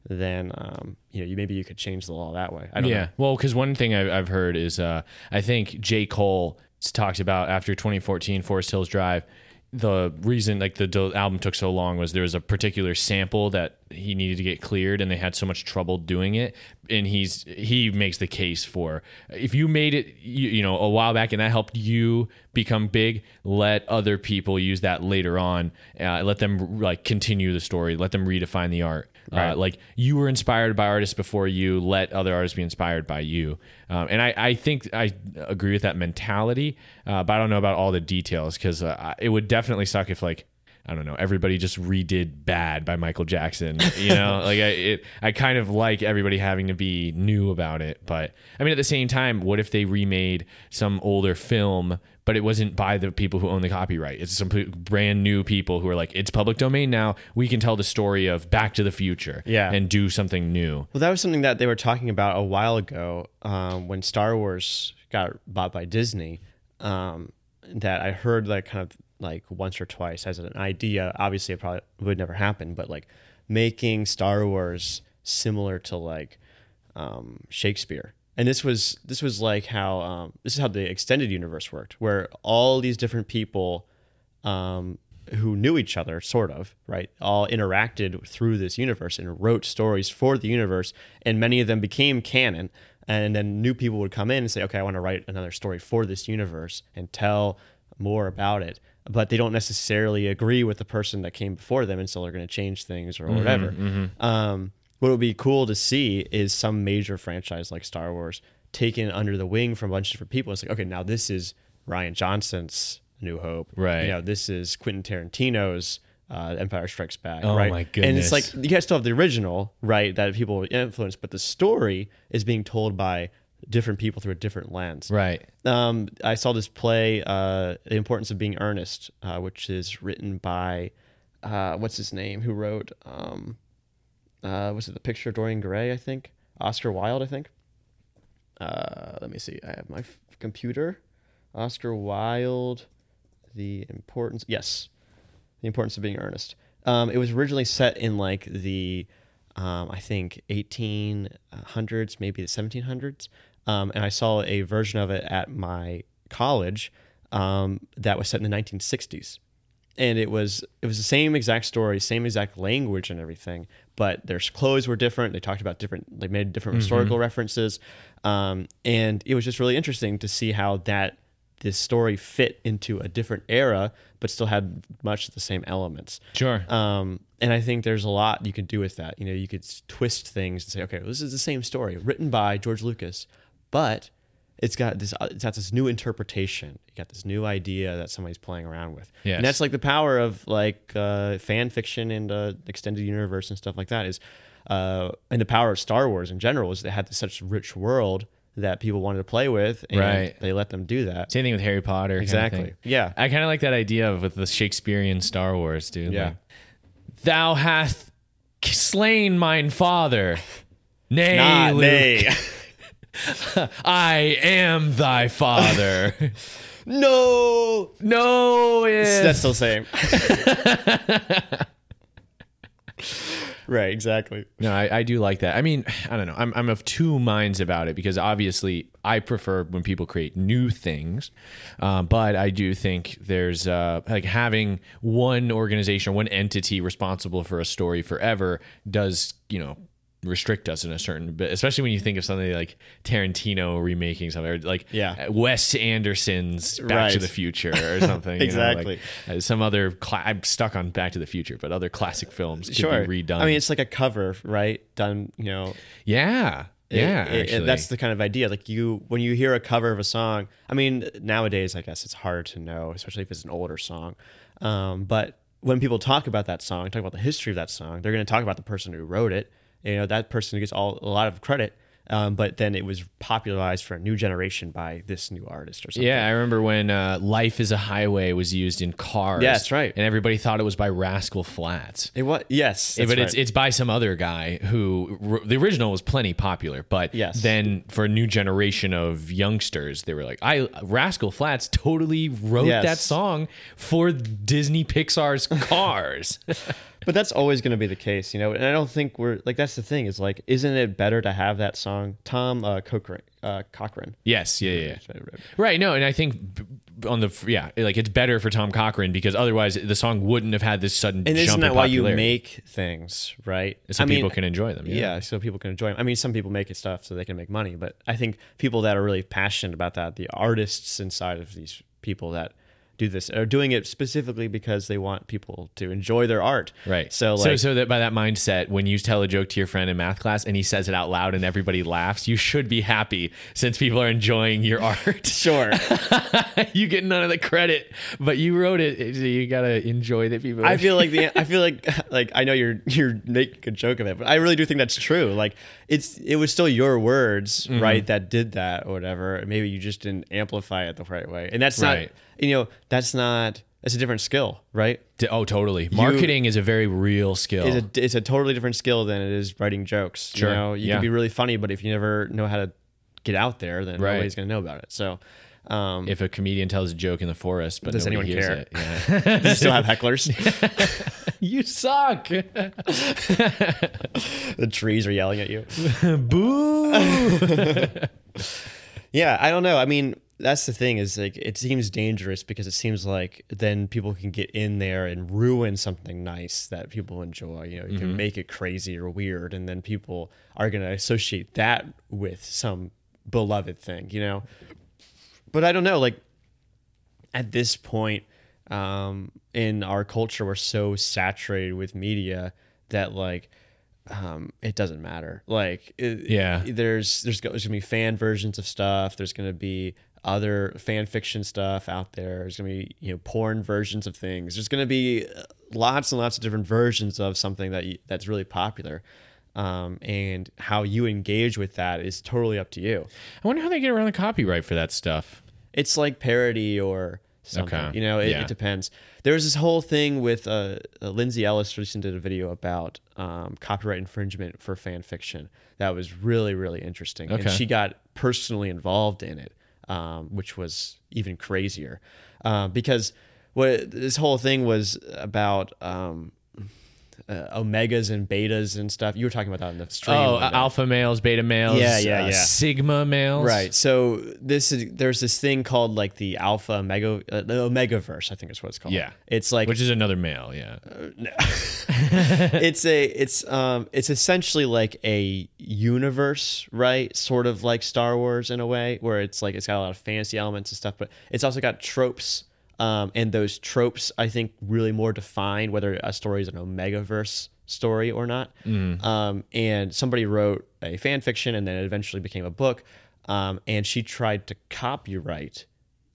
then um, you know you, maybe you could change the law that way I don't yeah. know Well, because one thing I've, I've heard is uh, I think J. Cole s- talked about after 2014 Forest Hills Drive, the reason like the del- album took so long was there was a particular sample that he needed to get cleared and they had so much trouble doing it. And he's he makes the case for if you made it you, you know a while back and that helped you become big, let other people use that later on. Uh, let them like continue the story. Let them redefine the art. Uh, like you were inspired by artists before you. Let other artists be inspired by you. Um, and I, I think I agree with that mentality, uh, but I don't know about all the details because uh, I- it would definitely suck if like I don't know everybody just redid "Bad" by Michael Jackson. You know, like I, it, I kind of like everybody having to be new about it. But I mean, at the same time, what if they remade some older film? But it wasn't by the people who own the copyright. It's some p- brand new people who are like, it's public domain now. We can tell the story of Back to the Future Yeah. and do something new. well that was something that they were talking about a while ago um, when Star Wars got bought by Disney um, that I heard like kind of like once or twice as an idea obviously it probably would never happen but like making Star Wars similar to like um, Shakespeare. And this was this was like how um, this is how the extended universe worked, where all these different people um, who knew each other, sort of, right, all interacted through this universe and wrote stories for the universe, and many of them became canon. And then new people would come in and say, "Okay, I want to write another story for this universe and tell more about it." But they don't necessarily agree with the person that came before them, and so they're going to change things or whatever. Um, what would be cool to see is some major franchise like Star Wars taken under the wing from a bunch of different people. It's like, okay, now this is Ryan Johnson's New Hope. Right. You know, this is Quentin Tarantino's uh, Empire Strikes Back. Oh right. my And goodness. it's like you guys still have the original, right, that people were influenced, but the story is being told by different people through a different lens Right. um, I saw this play, uh, The Importance of Being Earnest, uh, which is written by, uh, what's his name, who wrote, um, uh, was it The Picture of Dorian Gray, I think? Oscar Wilde, I think? Uh, let me see. I have my f- computer. Oscar Wilde, The Importance. Yes. The Importance of Being Earnest. Um, it was originally set in like the, um, I think, 1800s, maybe the 1700s. Um, and I saw a version of it at my college um, that was set in the 1960s. And it was it was the same exact story, same exact language and everything, but their clothes were different. They talked about different, they made different historical references, um, and it was just really interesting to see how that this story fit into a different era, but still had much of the same elements. Sure. Um, and I think there's a lot you can do with that. You know, you could s- twist things and say, okay, this is the same story written by George Lucas, but it's got this, uh, it's got this new interpretation. You got this new idea that somebody's playing around with. Yes. And that's like the power of like uh, fan fiction and uh, extended universe and stuff like that is, uh, and the power of Star Wars in general is it had such rich world that people wanted to play with, and Right. they let them do that. Same thing with Harry Potter. kinda Exactly. thing. Yeah. I kind of like that idea of with the Shakespearean Star Wars, dude. Yeah. Like, Thou hath k- slain mine father. Nay, Not Luke, they. I am thy father. no, no, if- That's the same. right, exactly. No, I, I do like that. I mean, I don't know. I'm, I'm of two minds about it because obviously I prefer when people create new things, uh, but I do think there's uh, like having one organization, one entity responsible for a story forever does, you know, restrict us in a certain bit, especially when you think of something like Tarantino remaking something or like Yeah. Wes Anderson's Back to Right. the Future or something. Exactly. You know, like, uh, some other, cla I'm stuck on Back to the Future, but other classic films could Sure. be redone. I mean, it's like a cover, right? Done, you know. Yeah. Yeah. it- it- actually. that's the kind of idea. Like you, when you hear a cover of a song, I mean, nowadays, I guess it's hard to know, especially if it's an older song. Um, but when people talk about that song, talk about the history of that song, they're going to talk about the person who wrote it. You know, that person gets all a lot of credit. Um, but then it was popularized for a new generation by this new artist or something. Yeah, I remember when uh, "Life Is a Highway" was used in Cars. Yeah, that's right. And everybody thought it was by Rascal Flats. It was yes, Yeah, that's but it's right. it's by some other guy who r- the original was plenty popular, but Yes. then for a new generation of youngsters, they were like, "I Rascal Flats totally wrote Yes. that song for Disney Pixar's Cars." but that's always going to be the case, you know. And I don't think we're like that's the thing is like, isn't it better to have that song? Tom uh, Cochran, uh, Cochran. yes, yeah, yeah, yeah. Right. No, and I think b- b- on the yeah, like it's better for Tom Cochran because otherwise the song wouldn't have had this sudden And jump isn't in that why you popularity. make things, right? so I mean, people can enjoy them? yeah. so people can enjoy them. I mean, some people make it stuff so they can make money, but I think people that are really passionate about that, the artists inside of these people that do this are doing it specifically because they want people to enjoy their art. Right. So like so so that by that mindset, when you tell a joke to your friend in math class and he says it out loud and everybody laughs, you should be happy since people are enjoying your art. sure. you get none of the credit, but you wrote it, so you gotta enjoy that people. I feel like the I feel like like I know you're you're making a joke of it, but I really do think that's true. Like it's it was still your words, Mm-hmm. right, that did that or whatever. Maybe you just didn't amplify it the right way. And that's not Right. you know, that's not that's a different skill, right? oh, totally. Marketing is a very real skill. It's a it's a totally different skill than it is writing jokes. Sure, You know, you yeah. can be really funny, but if you never know how to get out there, then Right. nobody's gonna know about it. So um if a comedian tells a joke in the forest, but Does nobody anyone hears care? it, yeah. you still have hecklers. you suck. the trees are yelling at you. Boo. Yeah, I don't know. I mean, that's the thing is like it seems dangerous because it seems like then people can get in there and ruin something nice that people enjoy. You know, you can make it crazy or weird, and then people are going to associate that with some beloved thing. You know, but I don't know. Like at this point um, in our culture, we're so saturated with media that like um, it doesn't matter. Like it, Yeah. there's there's go- there's gonna be fan versions of stuff. There's gonna be other fan fiction stuff out there. There's gonna be you know porn versions of things. There's gonna be uh, lots and lots of different versions of something that you, that's really popular. Um, and how you engage with that is totally up to you I wonder how they get around the copyright for that stuff. it's like parody or something. Okay. You know, it, Yeah. it depends. There was this whole thing with uh, uh, Lindsay Ellis recently did a video about um, copyright infringement for fan fiction that was really really interesting, Okay. and she got personally involved in it, um, which was even crazier uh, because what this whole thing was about. Um, uh, omegas and betas and stuff. You were talking about that in the stream. Oh, one night. alpha males, beta males, uh, Yeah, yeah, uh, yeah. sigma males, Right. So this is there's this thing called like the alpha omega uh, the omegaverse, I think is what it's called. Yeah. It's like which is another male. Yeah. it's a it's um it's essentially like a universe, right? Sort of like Star Wars in a way, where it's like it's got a lot of fantasy elements and stuff, but it's also got tropes. Um, and those tropes, I think, really more define whether a story is an Omegaverse story or not. Um, and somebody wrote a fan fiction, and then it eventually became a book. Um, and she tried to copyright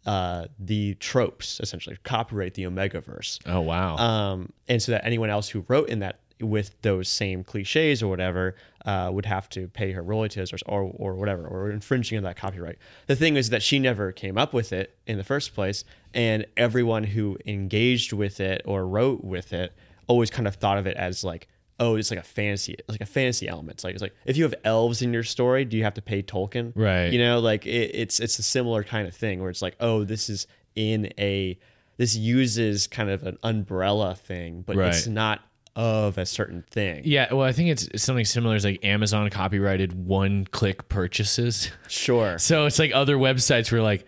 uh, the tropes, essentially copyright the Omegaverse Oh wow. um, and so that anyone else who wrote in that with those same cliches or whatever uh, would have to pay her royalties or, or or whatever or infringing on that copyright. The thing is that she never came up with it in the first place, and everyone who engaged with it or wrote with it always kind of thought of it as like. Oh, it's like a fantasy, it's like a fantasy element. It's like it's like if you have elves in your story, do you have to pay Tolkien? Right. You know, you know like it, it's it's a similar kind of thing where it's like oh this is in a this uses kind of an umbrella thing but it's Right. not of a certain thing Yeah, well, I think it's something similar as like Amazon copyrighted one click purchases. sure So it's like other websites were like,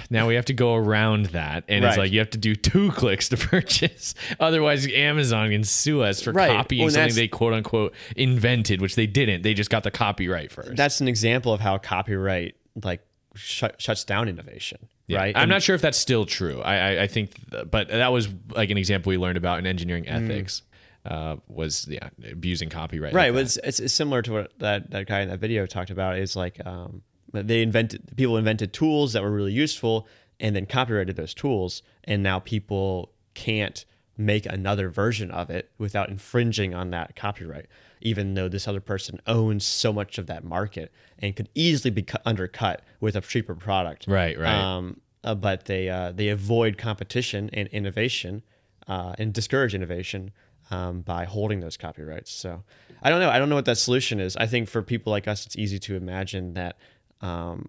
now we have to go around that. And it's Right. like you have to do two clicks to purchase. Otherwise, Amazon can sue us for Right. copying Well, something that's- they quote unquote invented, which they didn't. They just got the copyright first. that's an example of how copyright like shut shuts down innovation Yeah. right I'm And- not sure if that's still true. I, I, I think, th- but that was like an example we learned about in engineering Mm. ethics. Uh, was yeah abusing copyright like right but it's, it's, it's similar to what that, that guy in that video talked about is like um, they invented people invented tools that were really useful and then copyrighted those tools and now people can't make another version of it without infringing on that copyright, even though this other person owns so much of that market and could easily be cu- undercut with a cheaper product. Right, right. Um, uh, but they uh, they avoid competition and innovation uh, and discourage innovation um, by holding those copyrights. So I don't know. I don't know what that solution is. I think for people like us, it's easy to imagine that um,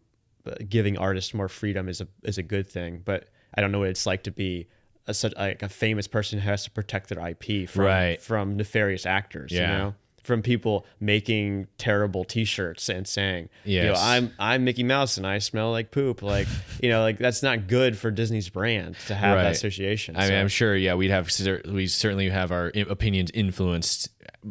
giving artists more freedom is a is a good thing. But I don't know what it's like to be a, such like a famous person who has to protect their IP from Right. from nefarious actors. Yeah. You know? From people making terrible T-shirts and saying, you know, Yes. I'm I'm Mickey Mouse and I smell like poop." Like, you know, like that's not good for Disney's brand to have Right. that association. I mean, So- I'm sure. Yeah, we'd have cer- we certainly have our i- opinions influenced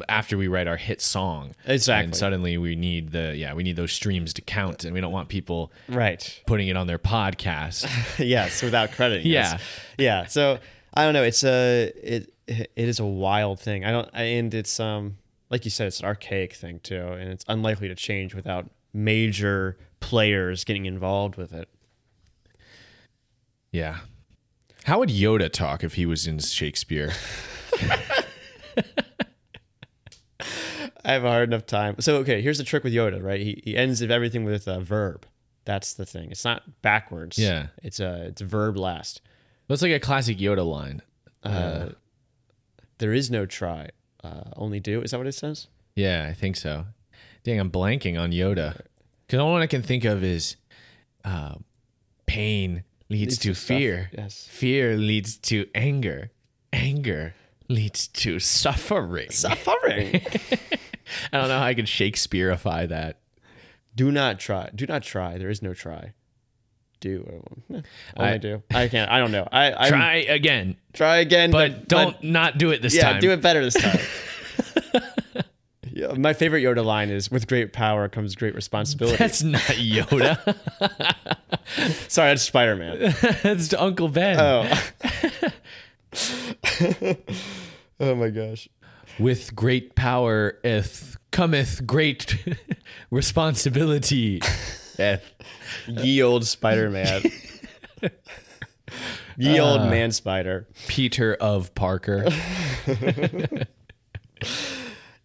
after we write our hit song. Exactly. And suddenly we need the yeah we need those streams to count, and we don't want people right. putting it on their podcast. yes, without credit. yes. Yeah. So I don't know. It's a it it is a wild thing. I don't and it's um like you said, it's an archaic thing too, and it's unlikely to change without major players getting involved with it. yeah. How would Yoda talk if he was in Shakespeare? I have a hard enough time. So okay, here's the trick with Yoda, right? He, he ends of everything with a verb. That's the thing. It's not backwards. Yeah. It's a it's verb last. That's like a classic Yoda line. There is no try, uh, only do. Is that what it says? Yeah, I think so. Dang, I'm blanking on Yoda. Because all I can think of is uh, pain leads, to, to suffer- fear. yes. Fear leads to anger. Anger leads to suffering. Suffering. I don't know how I could Shakespeareify that. do not try. Do not try. There is no try. Do Oh, only I- do. I can't. I don't know. I I'm- Try again, try again, but, Um, but, don't not do it this yeah, time. do it better this time. yeah, my favorite Yoda line is "With great power comes great responsibility." That's not Yoda. Sorry, that's Spider Man. That's Uncle Ben. Oh my gosh. With great power eth cometh great responsibility. eth. Ye old Spider Man. Ye old man spider. Peter of Parker.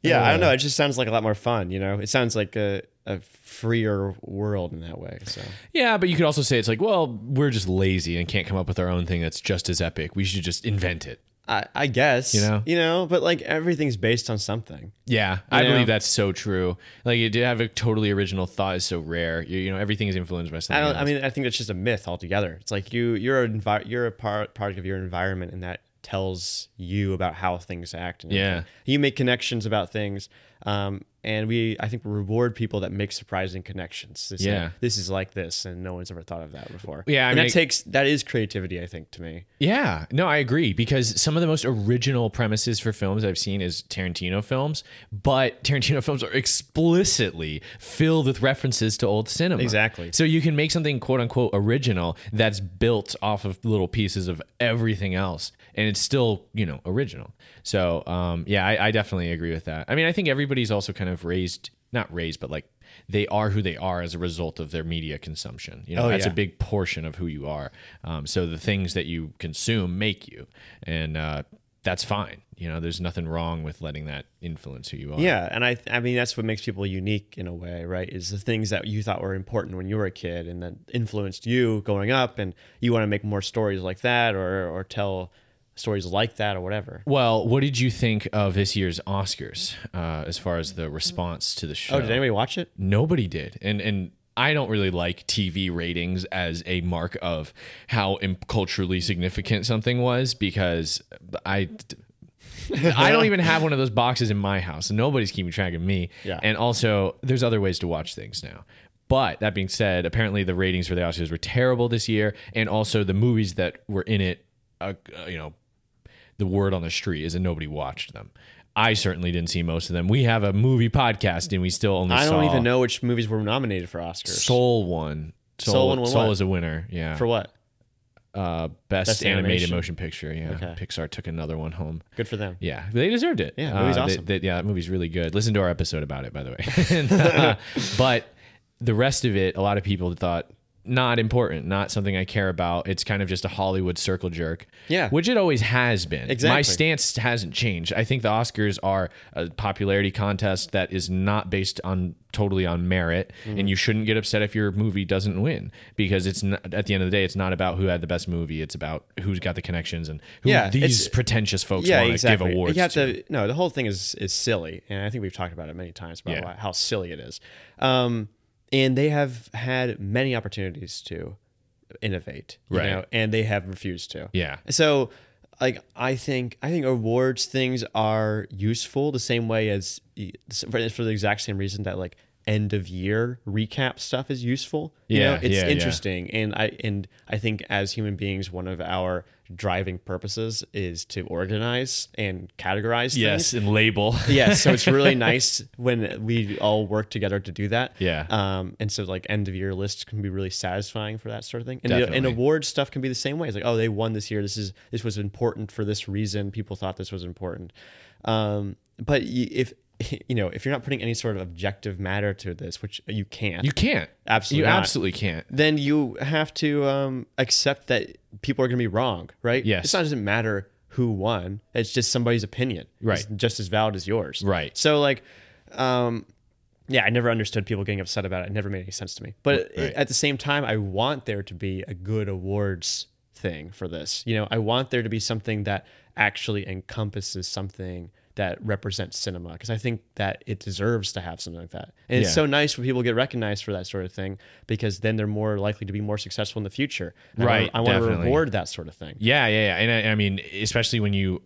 Yeah, I don't know. It just sounds like a lot more fun, you know? It sounds like a, a freer world in that way. So Yeah, but you could also say it's like, well, we're just lazy and can't come up with our own thing that's just as epic. We should just invent it. I, I guess. You know? You know, but like everything's based on something. Yeah, I Yeah. believe that's so true. Like, you did have a totally original thought is so rare. You, you know, everything is influenced by I something. don't I else. mean, I think that's just a myth altogether. It's like you you're an envi- you're a part product of your environment and that tells you about how things act and Yeah. everything. you make connections about things um, and we i think reward people that make surprising connections They say, Yeah. this is like this and no one's ever thought of that before Yeah, I and mean, that it- takes that is creativity i think to me yeah, no, I agree because some of the most original premises for films I've seen is Tarantino films, but Tarantino films are explicitly filled with references to old cinema. Exactly. So you can make something quote unquote original that's built off of little pieces of everything else, and it's still you know original. So um, yeah, I, I definitely agree with that. I mean, I think everybody's also kind of raised, not raised, but like they are who they are as a result of their media consumption. You know, Oh, that's yeah. a big portion of who you are. Um, so the things that you consume make you, and uh, that's fine. You know, there's nothing wrong with letting that influence who you are. yeah and i i mean that's what makes people unique in a way right is the things that you thought were important when you were a kid and that influenced you going up and you want to make more stories like that or or tell stories like that or whatever Well, what did you think of this year's Oscars uh, as far as the response to the show? oh did anybody watch it Nobody did. And and I don't really like TV ratings as a mark of how im- culturally significant something was because I I don't even have one of those boxes in my house. Nobody's keeping track of me. Yeah. And also, there's other ways to watch things now. But that being said, apparently the ratings for the Oscars were terrible this year, and also the movies that were in it, uh, uh, you know, the word on the street is that nobody watched them. I certainly didn't see most of them. We have a movie podcast, and we still only I don't saw even know which movies were nominated for Oscars. Soul one. Soul, Soul Soul, won what? is a winner. Yeah. For what? uh, best, Best animated animation? motion picture. Yeah. Pixar took another one home. Good for them. Yeah, they deserved it. Yeah, movie's Uh, they- awesome. they- yeah, that movie's really good. Listen to Uh, our episode about it, by the way. but the rest of it, a lot of people thought not important, not something I care about. It's kind of just a Hollywood circle jerk. Yeah. Which it always has been. Exactly. My stance hasn't changed. I think the Oscars are a popularity contest that is not based on totally on merit Mm-hmm. and you shouldn't get upset if your movie doesn't win because it's not, at the end of the day it's not about who had the best movie, it's about who's got the connections and who Yeah, these it's- pretentious folks yeah, want to exactly. give awards you have to. to, no, the whole thing is is silly, and I think we've talked about it many times about Yeah. why, how silly it is. Um, and they have had many opportunities to innovate, you Right. know, and they have refused to. Yeah. So, like, I think I think awards things are useful the same way as for for the exact same reason that like end of year recap stuff is useful. You Yeah, know, it's yeah, yeah. interesting, and I and I think as human beings, one of our driving purposes is to organize and categorize. Yes, things. and label. Yes, so it's really nice when we all work together to do that. Yeah. Um, and so like end of year lists can be really satisfying for that sort of thing. And, the- and Definitely. award stuff can be the same way. It's like, oh, they won this year. This is this was important for this reason. People thought this was important. Um, but y- if you know, if you're not putting any sort of objective matter to this, which you can't, You can't. Absolutely You not. absolutely can't. then you have to um, accept that people are going to be wrong, right? Yes. It's not doesn't matter who won. It's just somebody's opinion, Right. It's just as valid as yours, Right. So like, um, yeah, I never understood people getting upset about it. It never made any sense to me. But Right. at the same time, I want there to be a good awards thing for this. You know, I want there to be something that actually encompasses something that represents cinema because I think that it deserves to have something like that. And it's Yeah. so nice when people get recognized for that sort of thing because then they're more likely to be more successful in the future. And I wanna- Right, I want to definitely. reward that sort of thing. Yeah, yeah, yeah. And I, I mean, especially when you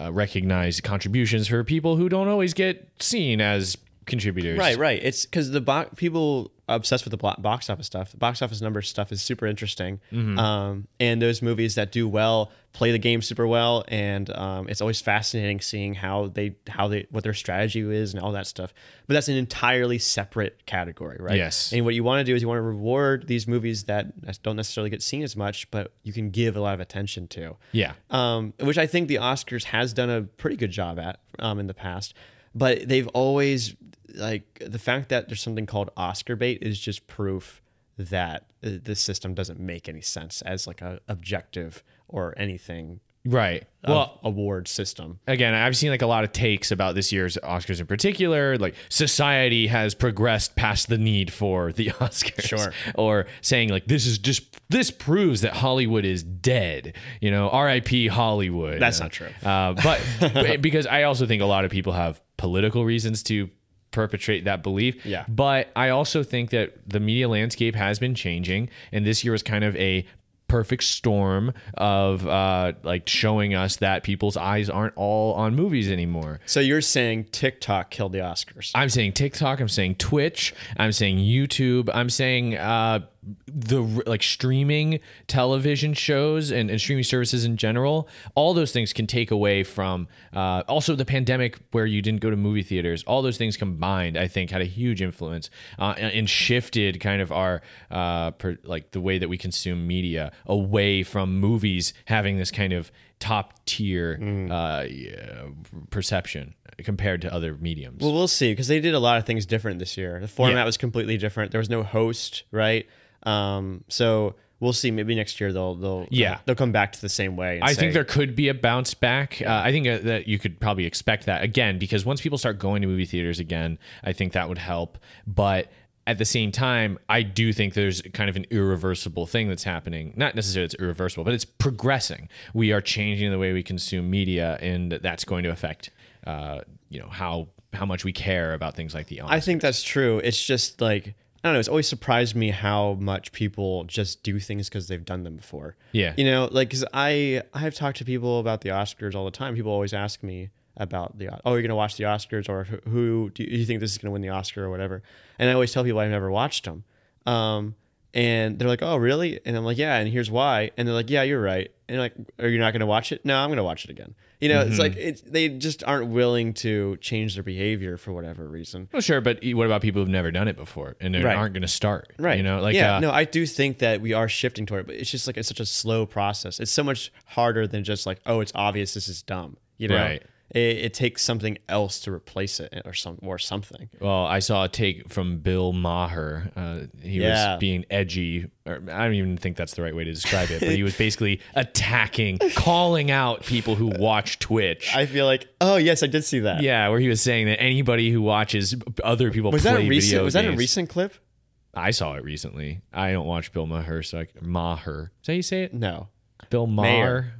uh, recognize contributions for people who don't always get seen as contributors. Right, right. It's because the bo- people obsessed with the blo- box office stuff. Box office number stuff is super interesting. Um, and those movies that do well play the game super well, and um, it's always fascinating seeing how they how they what their strategy is and all that stuff. But that's an entirely separate category, right? Yes. And what you want to do is you want to reward these movies that don't necessarily get seen as much, but you can give a lot of attention to Yeah. um, which I think the Oscars has done a pretty good job at um, in the past. But they've always like the fact that there's something called Oscar bait is just proof that uh, the system doesn't make any sense as like a objective or anything Right. of Well, award system. again, I've seen like a lot of takes about this year's Oscars in particular. Like society has progressed past the need for the Oscars. Sure. Or saying like this is just this proves that Hollywood is dead. You know, R.I.P. Hollywood. That's Uh, not true. Uh, but but- because I also think a lot of people have political reasons to perpetrate that belief. Yeah. But I also think that the media landscape has been changing, and this year was kind of a perfect storm of uh, like showing us that people's eyes aren't all on movies anymore. So you're saying TikTok killed the Oscars? I'm saying TikTok. I'm saying Twitch. I'm saying YouTube. I'm saying uh, the r- like streaming television shows and, and streaming services in general. All those things can take away from uh, also the pandemic where you didn't go to movie theaters. All those things combined, I think, had a huge influence uh, and and shifted kind of our uh, per, like the way that we consume media away from movies having this kind of top tier uh, yeah, perception compared to other mediums. Well, we'll see because they did a lot of things different this year. The format was completely different. There was no host, right? Um, so we'll see. Maybe next year they'll they'll Yeah. they'll come back to the same way. and I say- think there could be a bounce back. Uh, I think uh, that you could probably expect that again because once people start going to movie theaters again, I think that would help. But at the same time, I do think there's kind of an irreversible thing that's happening. Not necessarily it's irreversible, but it's progressing. We are changing the way we consume media, and that's going to affect, uh, you know, how how much we care about things like the. I think that's true. It's just like I don't know. It's always surprised me how much people just do things because they've done them before. Yeah. you know, like because I I have talked to people about the Oscars all the time. People always ask me about the oh, you're gonna watch the Oscars or who- who do you think this is gonna win the Oscar or whatever. And I always tell people I've never watched them. Um, and they're like, oh, really? And I'm like, yeah. And here's why. And they're like, yeah, you're right. And like, are you not gonna watch it? No, I'm gonna watch it again. You know, it's like it's, they just aren't willing to change their behavior for whatever reason. well, sure, but what about people who've never done it before and they Right. aren't going to start? Right. You know, like yeah, uh, no, I do think that we are shifting toward it, but it's just like it's such a slow process. It's so much harder than just like, oh, it's obvious this is dumb. You know, Right. It, it takes something else to replace it or some or something. Well, I saw a take from Bill Maher. Uh, he Yeah. was being edgy. Or I don't even think that's the right way to describe it, but he was basically attacking, calling out people who watch Twitch. I feel like, oh yes, I did see that. yeah, where he was saying that anybody who watches other people Was play that a recent? video Was that a games- recent clip? I saw it recently. I don't watch Bill Maher, so I Maher. Is that how you say it? No, Bill Maher. Mayer.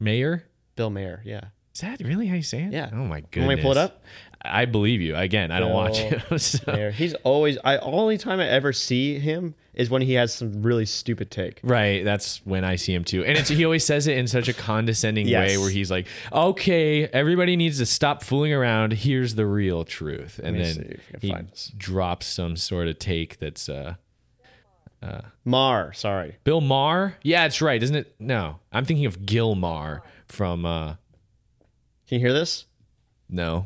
Mayer. Bill Mayer. Yeah. Is that really how you say it? Yeah. Oh my You goodness. want me to pull it up? I believe you. Again, I don't watch Bill it. so- Mayer. He's always. I only time I ever see him is when he has some really stupid take. Right, that's when I see him too, and it's, he always says it in such a condescending way, Yes. where he's like, "Okay, everybody needs to stop fooling around. Here's the real truth," and me see then if I can he find this. drops some sort of take that's uh, Mar, sorry. Bill Maher. Yeah, it's right, isn't it? No, I'm thinking of Gil Maher from uh, Can you hear this? no,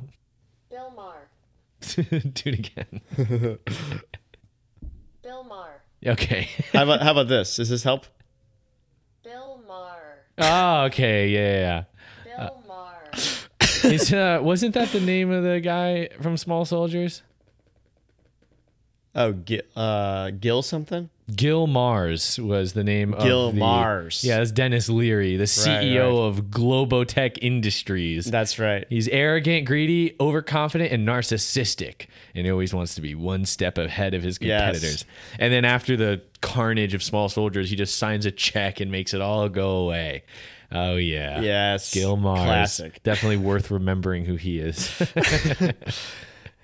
Bill Maher. do it again. Bill Maher. Okay. How about how about this? Does this help? Bill Maher. oh, okay. Yeah, yeah. Bill Maher. yeah. It's, uh, wasn't that the name of the guy from Small Soldiers? Oh, Gil, uh, Gil something. Gil Mars was the name Gil of the, Mars. Yeah, that's Dennis Leary, the CEO of Globotech Industries. That's right. He's arrogant, greedy, overconfident, and narcissistic, and he always wants to be one step ahead of his Yes. competitors. And then after the carnage of small soldiers, he just signs a check and makes it all go away. Oh yeah, Yes. Gil Mars, Classic. definitely worth remembering who he is.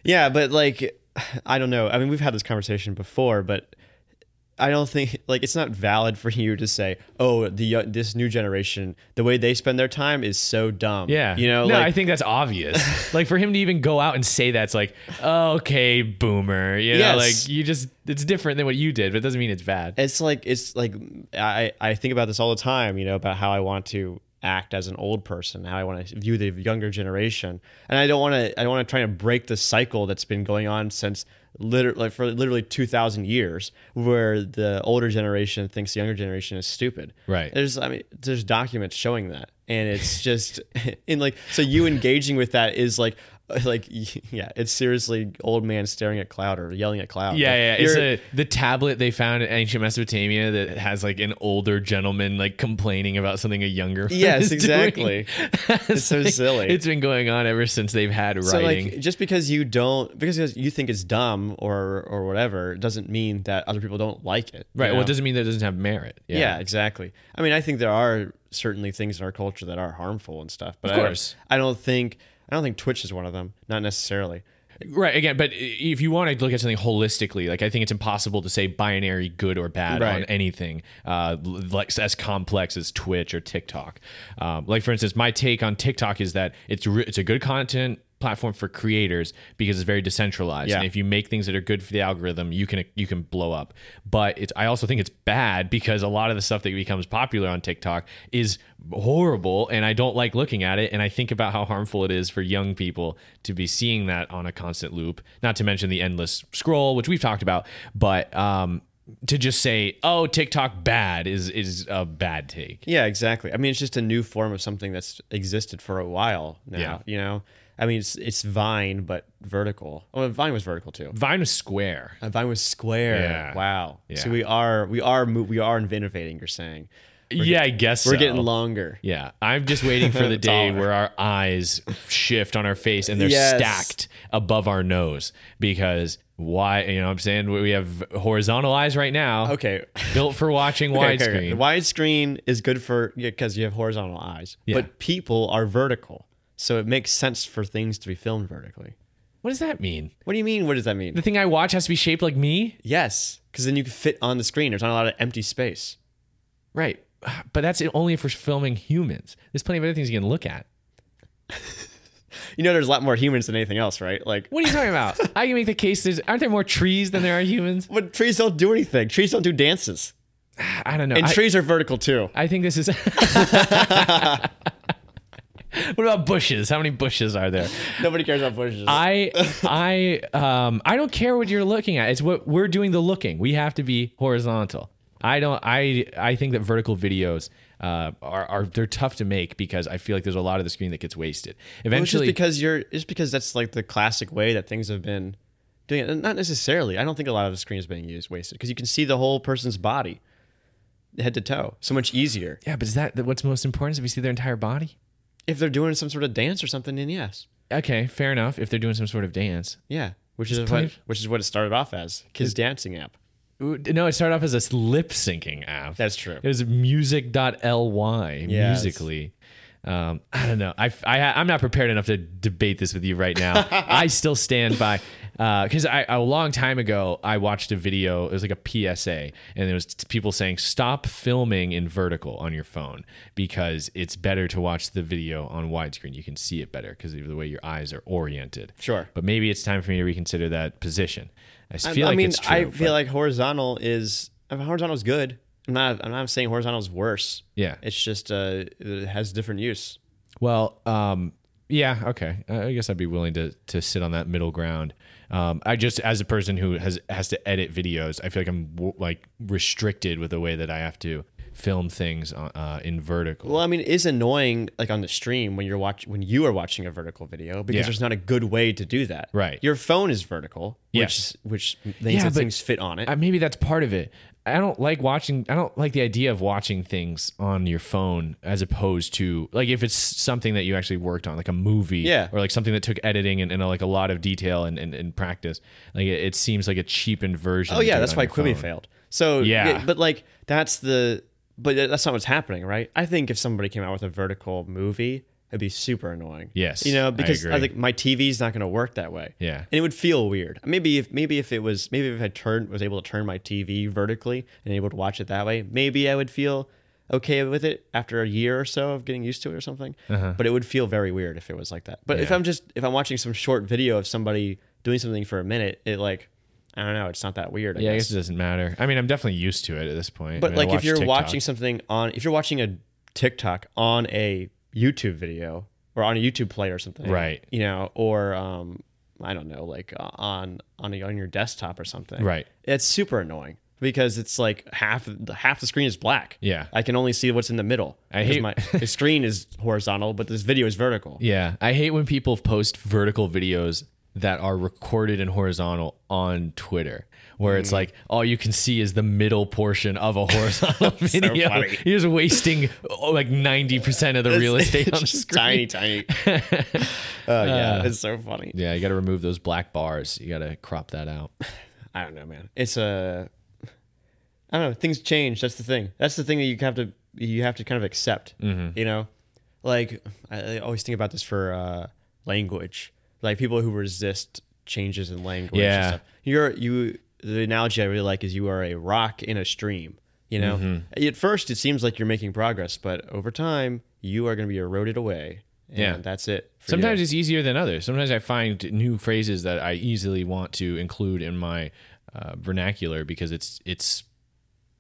Yeah, but like, I don't know. I mean, we've had this conversation before, but I don't think like it's not valid for you to say, "Oh, the uh, this new generation, the way they spend their time is so dumb." Yeah. you know, no, like, I think that's obvious. like for him to even go out and say that's like, "Oh, okay, boomer. You know, Yes. like you just, it's different than what you did, but it doesn't mean it's bad. it's like it's like I I think about this all the time, you know, about how I want to act as an old person, how I want to view the younger generation, and I don't want to I don't want to try to break the cycle that's been going on since literally like for literally 2000 years where the older generation thinks the younger generation is stupid. Right. There's I mean there's documents showing that and it's just in like so you engaging with that is like like yeah, it's seriously old man staring at cloud or yelling at cloud. Yeah, Like, yeah. It's you're- a, the tablet they found in ancient Mesopotamia that has like an older gentleman like complaining about something a younger. one Yes, is doing. exactly. It's so silly. It's been going on ever since they've had So writing. like just because you don't because you think it's dumb or or whatever doesn't mean that other people don't like it. you right. Well, know? it doesn't mean that it doesn't have merit. yeah. exactly. I mean, I think there are certainly things in our culture that are harmful and stuff, but Of I don't- course. I don't, think I don't think Twitch is one of them, not necessarily. Right. Again, but i- if you want to look at something holistically, like I think it's impossible to say binary good or bad on Right. anything, uh, l- like as complex as Twitch or TikTok. Um, like for instance, my take on TikTok is that it's re- it's a good content platform for creators because it's very decentralized. Yeah. And if you make things that are good for the algorithm, you can you can blow up. But it's I also think it's bad because a lot of the stuff that becomes popular on TikTok is horrible and I don't like looking at it and I think about how harmful it is for young people to be seeing that on a constant loop. Not to mention the endless scroll which we've talked about, but um to just say, "Oh, TikTok bad" is is a bad take. Yeah, exactly. I mean, it's just a new form of something that's existed for a while now. Yeah. You know, I mean, it's it's Vine but vertical. Oh, Vine was vertical too. Vine was square. Uh, Vine was square. Yeah. Wow. So Yeah. we are we are mo- we are innovating. You're saying yeah, I guess we're so. getting longer. Yeah, I'm just waiting for the day Dollar. where our eyes shift on our face and they're Yes. stacked above our nose because why? You know, what I'm saying we have horizontal eyes right now, Okay. built for watching widescreen. Okay, okay, okay. Widescreen is good for because you have horizontal eyes, Yeah. but people are vertical, so it makes sense for things to be filmed vertically. What does that mean? What do you mean? What does that mean? The thing I watch has to be shaped like me, yes, because then you can fit on the screen. There's not a lot of empty space. right? But that's it only if we're filming humans. There's plenty of other things you can look at. You know, there's a lot more humans than anything else, right? Like, What are you talking about? I can make the case. There's aren't there more trees than there are humans? but trees don't do anything. Trees don't do dances, I don't know. and I- trees are vertical too. I think this is. what about bushes? How many bushes are there? Nobody cares about bushes. I I um I don't care what you're looking at. It's what we're doing the looking. We have to be horizontal. I don't. I I think that vertical videos uh, are are they're tough to make because I feel like there's a lot of the screen that gets wasted. Well, it's just Eventually, because you're just because that's like the classic way that things have been doing it. And Not necessarily. I don't think a lot of the screen is being used wasted because you can see the whole person's body, head to toe, so much easier. yeah, but is that what's most important? Is if you see their entire body. If they're doing some sort of dance or something, then yes, Okay, fair enough. If they're doing some sort of dance, yeah. Which is play- what which is what it started off as kids dancing app. Ooh, no, it started off as a lip syncing app. That's true. It was music.ly, Yeah, it's- musically. Um, I don't know. I, I, I'm not prepared enough to debate this with you right now. I still stand by, because I a long time ago, I watched a video. It was like a PSA, and it was people saying, stop filming in vertical on your phone because it's better to watch the video on widescreen. You can see it better because of the way your eyes are oriented. Sure. But maybe it's time for me to reconsider that position. I I, feel I like mean, it's true. I feel but- like horizontal is I mean, horizontal is good. I'm not. I'm not saying horizontal is worse. Yeah. It's just uh, it has different use. Well, um, yeah, okay. I I guess I'd be willing to to sit on that middle ground. Um, I just, as a person who has has to edit videos, I feel like I'm w- like restricted with the way that I have to film things uh, in vertical. Well, I mean, it is annoying like on the stream when you're watch when you are watching a vertical video because Yeah. there's not a good way to do that. Right. Your phone is vertical, Yes. which which things Yeah, that but- things fit on it. Uh, maybe that's part of it. I don't like watching. I don't like the idea of watching things on your phone as opposed to like if it's something that you actually worked on, like a movie, Yeah. or like something that took editing and, and like a lot of detail and, and, and practice. Like it, it seems like a cheapened version. oh to do yeah, it that's on why your Quibi phone. failed. So Yeah. but like that's the but that's not what's happening, right? I think if somebody came out with a vertical movie, it'd be super annoying. Yes, you I know because I, agree. think my TV's not going to work that way. Yeah. and it would feel weird. Maybe if maybe if it was maybe if I turned was able to turn my TV vertically and able to watch it that way, maybe I would feel okay with it after a year or so of getting used to it or something. But it would feel very weird if it was like that. But if Uh-huh. Yeah. I'm just if I'm watching some short video of somebody doing something for a minute, it like I don't know, it's not that weird. I Yeah, I guess. guess it doesn't matter. I mean, I'm definitely used to it at this point. But I mean, I like if watch you're TikTok. watching something on if you're watching a TikTok on a YouTube video or on a YouTube player or something, Right. You know, or um, I don't know, like uh, on on a, on your desktop or something, Right. It's super annoying because it's like half the half the screen is black. Yeah. I can only see what's in the middle. I 'Cause hate- my the screen is horizontal, but this video is vertical. yeah, I hate when people post vertical videos that are recorded in horizontal on Twitter, where Mm. it's like all you can see is the middle portion of a horizontal video. funny. You're just wasting oh, like 90% of the real estate on the Just screen. Uh, tiny, tiny. Oh yeah, it's so funny. Yeah, you got to remove those black bars. You got to crop that out. I don't know, man. It's a I don't know. Things change. That's the thing. That's the thing that you have to you have to kind of accept. Mm-hmm. You know, like I, I always think about this for uh, language. Like people who resist changes in language. and Yeah. stuff. You're you. The analogy I really like is you are a rock in a stream. You know, Mm-hmm. at first it seems like you're making progress, but over time you are going to be eroded away. And Yeah. that's it. for you. Sometimes it's easier than others. Sometimes I find new phrases that I easily want to include in my uh, vernacular because it's it's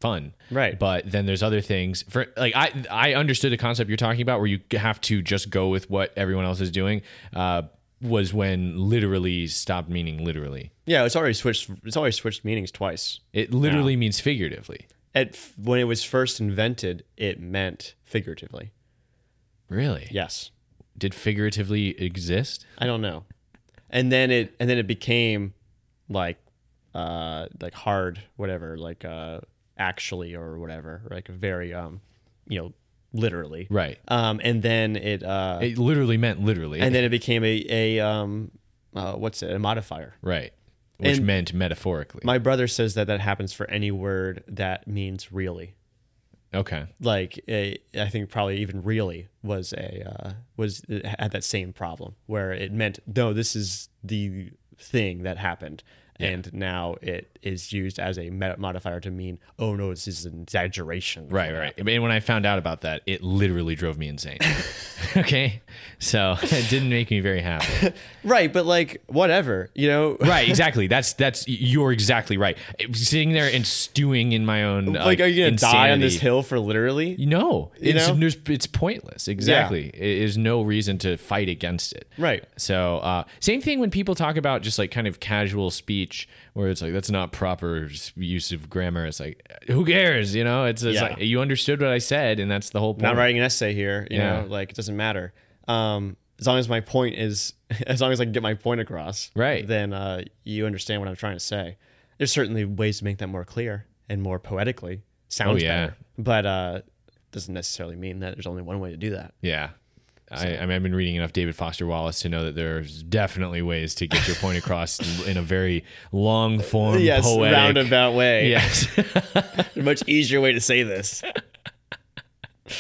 fun. Right. But then there's other things for like I I understood the concept you're talking about where you have to just go with what everyone else is doing. Uh, was when literally stopped meaning literally. yeah, it's already switched. It's already switched meanings twice. It literally means figuratively. at f- when it was first invented, it meant figuratively. Really? Yes, Did figuratively exist? I don't know, and then it and then it became like uh like hard whatever like uh actually or whatever like very um you know literally Right. um and then it uh It literally meant literally. and then it became a a um uh, what's it a modifier. right. Which and- meant metaphorically. My brother says that that happens for any word that means really. okay. like a, I think probably even really was a uh, was had that same problem where it meant no, this is the thing that happened, and now it is used as a meta- modifier to mean oh no, this is an exaggeration. of Right, what right. happened." I mean, when I found out about that, it literally drove me insane. okay, so it didn't make me very happy. right. But like whatever, you know. Right, exactly. That's that's you're exactly right. Sitting there and stewing in my own uh, Like, are you gonna die on this insanity. hill for literally? No, it's, know? there's- it's pointless. Exactly, It- there's no reason to fight against it. Right. So, uh, same thing when people talk about just like kind of casual speech speech where it's like that's not proper s- use of grammar. It's like who cares, you know? It's, it's Yeah. like you understood what I said, and that's the whole point. not writing an essay here. You Yeah. know, like it doesn't matter. Um, as long as my point is, as long as I can get my point across, Right. Then uh, you understand what I'm trying to say. There's certainly ways to make that more clear and more poetically. Sounds yeah. better, but uh, doesn't necessarily mean that there's only one way to do that. Yeah. I, I mean, I've been reading enough David Foster Wallace to know that there's definitely ways to get your point across in a very long form, Yes, poetic. roundabout way. Yes. a much easier way to say this.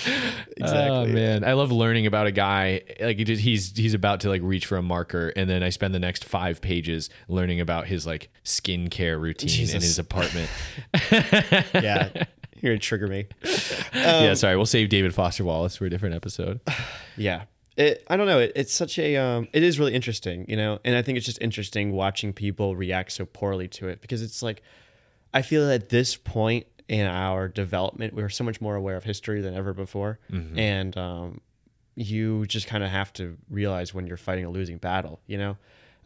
Oh exactly. man, I love learning about a guy. Like he just, he's he's about to like reach for a marker, and then I spend the next five pages learning about his like skincare routine in Jesus. his apartment. yeah, you're gonna trigger me. Um, yeah, sorry, we'll save David Foster Wallace for a different episode. Yeah. It, I don't know. It, it's such a, um, it is really interesting, you know? And I think it's just interesting watching people react so poorly to it because it's like, I feel at this point in our development, we're so much more aware of history than ever before. And um, you just kind of have to realize when you're fighting a losing battle, you know?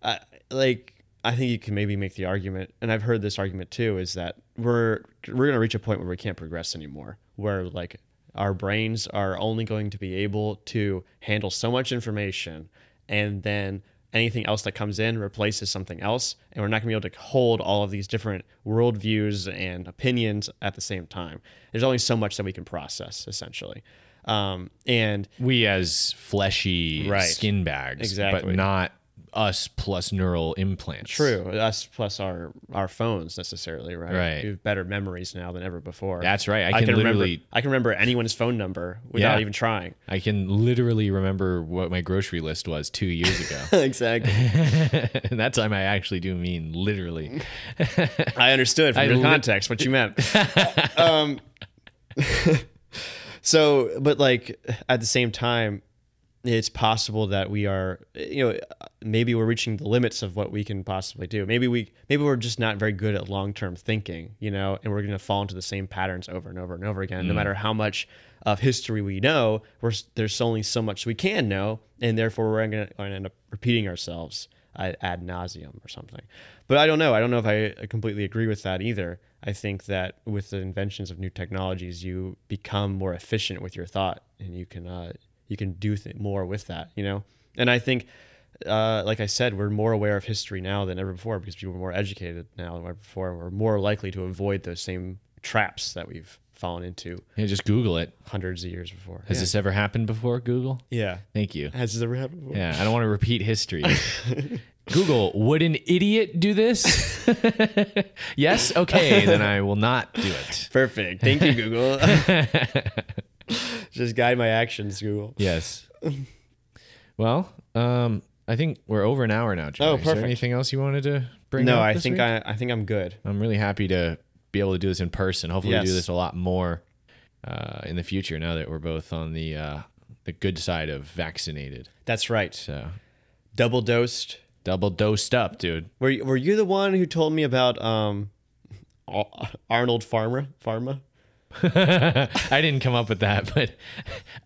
I like, I think you can maybe make the argument, and I've heard this argument too, is that we're we're gonna reach a point where we can't progress anymore, where like our brains are only going to be able to handle so much information, and then anything else that comes in replaces something else, and we're not gonna be able to hold all of these different worldviews and opinions at the same time. There's only so much that we can process, essentially, um, and We as fleshy Right. skin bags, Exactly. but not us plus neural implants. True. Us plus our our phones necessarily, right? Right. We have better memories now than ever before. That's right. I can, literally, remember. I can remember anyone's phone number without Yeah. even trying. I can literally remember what my grocery list was two years ago. exactly. and that time I actually do mean literally. I understood from I your lit- context what you meant. um, so, but like at the same time, it's possible that we are, you know, maybe we're reaching the limits of what we can possibly do. Maybe we, maybe we're just not very good at long-term thinking, you know, and we're going to fall into the same patterns over and over and over again. No matter how much of history we know, we're, s- there's only so much we can know, and therefore we're going to end up repeating ourselves ad, ad nauseum or something. But I don't know. I don't know if I uh, completely agree with that either. I think that with the inventions of new technologies, you become more efficient with your thought, and you can uh, you can do th- more with that. You know, and I think. Uh, like I said, we're more aware of history now than ever before because people are more educated now than ever before. and We're more likely to avoid those same traps that we've fallen into Yeah, just Google it. hundreds of years before. Has this ever happened before, Google? yeah. Thank you. Has this ever happened before? Yeah, I don't want to repeat history. Google, would an idiot do this? yes? Okay, then I will not do it. Perfect. Thank you, Google. Just guide my actions, Google. Yes. Well, um, I think we're over an hour now, Joey. Oh, Is there perfect. anything else you wanted to bring up? No, I this think week? I, I think I'm good. I'm really happy to be able to do this in person. Hopefully, we do Yes. this a lot more uh, in the future. Now that we're both on the uh, the good side of vaccinated, That's right. so Double dosed. double dosed up, dude. Were you, were you the one who told me about um, Ar- Arnold Farmer? Pharma? I didn't come up with that, but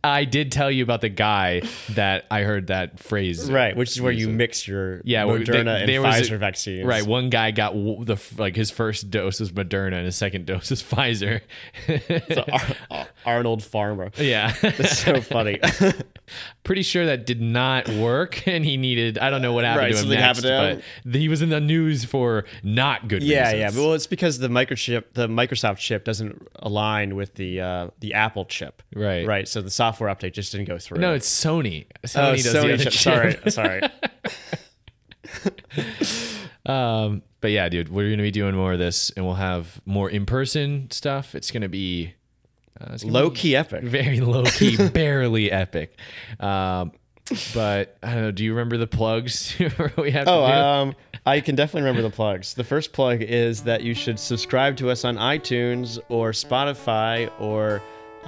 I did tell you about the guy that I heard that phrase. Right, which is where you mix your Yeah, well, Moderna they- and there was Pfizer a- vaccines. Right, one guy got w- the f- like his first dose was Moderna and his second dose is Pfizer. So Ar- Ar- Arnold Farmer. yeah, That's so funny. pretty sure that did not work, and he needed I don't know what happened Right, to him something next, happened to him? but he was in the news for not good yeah, yeah. reasons. But, well, it's because the microchip, the Microsoft chip, doesn't align with the uh, the Apple chip. Right. Right. So the software update just didn't go through. No, it's Sony. Sony oh, does the Sony other chip. chip. Sorry, sorry. Um, but yeah, dude, we're gonna be doing more of this, and we'll have more in person stuff. It's gonna be uh, it's gonna Low be key epic. very low key, barely epic. Um, but I don't know. Do you remember the plugs we have Oh, to do? um, I can definitely remember the plugs. The first plug is that you should subscribe to us on iTunes or Spotify or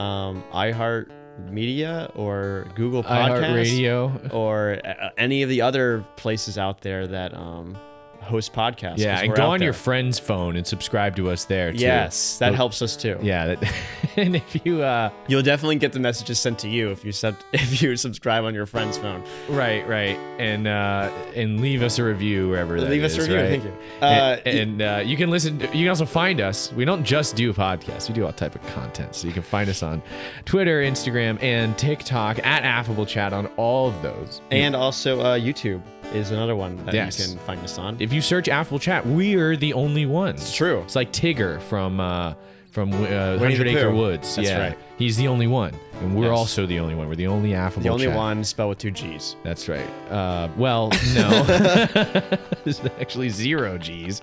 um, iHeartMedia or Google Podcasts. iHeartRadio. or uh, any of the other places out there that um, host podcasts. 'cause Yeah, and we're go out on your there. friend's phone and subscribe to us there too. yes, that Look- helps us too. Yeah, that and if you uh, You'll definitely get the messages sent to you if you sub- if you subscribe on your friend's phone. right, right, and uh, and leave us a review wherever that Leave us a is, review, right? thank you. Uh, and and, uh, you can listen. You can also find us. We don't just do podcasts. We do all type of content. So you can find us on Twitter, Instagram, and TikTok at Affable Chat on all of those. And also, uh, YouTube is another one that Yes. you can find us on. if you search Affable Chat, we are the only ones. It's true. It's like Tigger from uh, from uh, Winnie the Hundred Acre Pooh. Woods. That's yeah, right. he's the only one, and we're Yes. also the only one. We're the only Affable. the only Chat. one spelled with two G's. That's right. Uh, well, no, it's actually zero G's,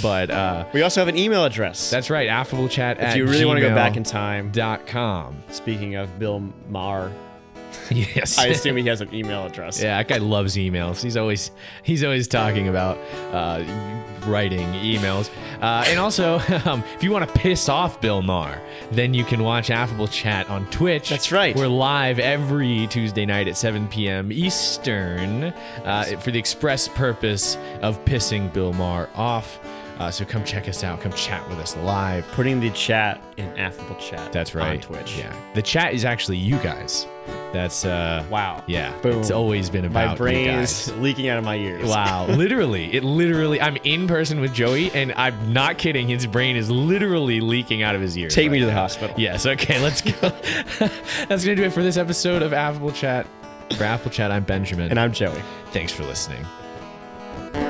but uh, We also have an email address. that's right. Affable Chat. if you really want to go back in time. dot com. Speaking of Bill Maher, Yes. I assume he has an email address. Yeah, that guy loves emails. He's always he's always talking about uh, writing emails. Uh, and also, um, if you want to piss off Bill Maher, then you can watch Affable Chat on Twitch. That's right. We're live every Tuesday night at 7 p.m. Eastern uh, for the express purpose of pissing Bill Maher off. Uh, so come check us out. Come chat with us live. Putting the chat in affable chat. That's right. On Twitch. Yeah. The chat is actually you guys. That's uh Wow. Yeah. Boom. It's always been about My you brain guys. is leaking out of my ears. Wow, literally, it literally. I'm in person with Joey, and I'm not kidding. His brain is literally leaking out of his ears. Take me right to the now. hospital. Yes. Okay. Let's go. That's gonna do it for this episode of Affable Chat. For Affable Chat, I'm Benjamin. And I'm Joey. Thanks for listening. Bill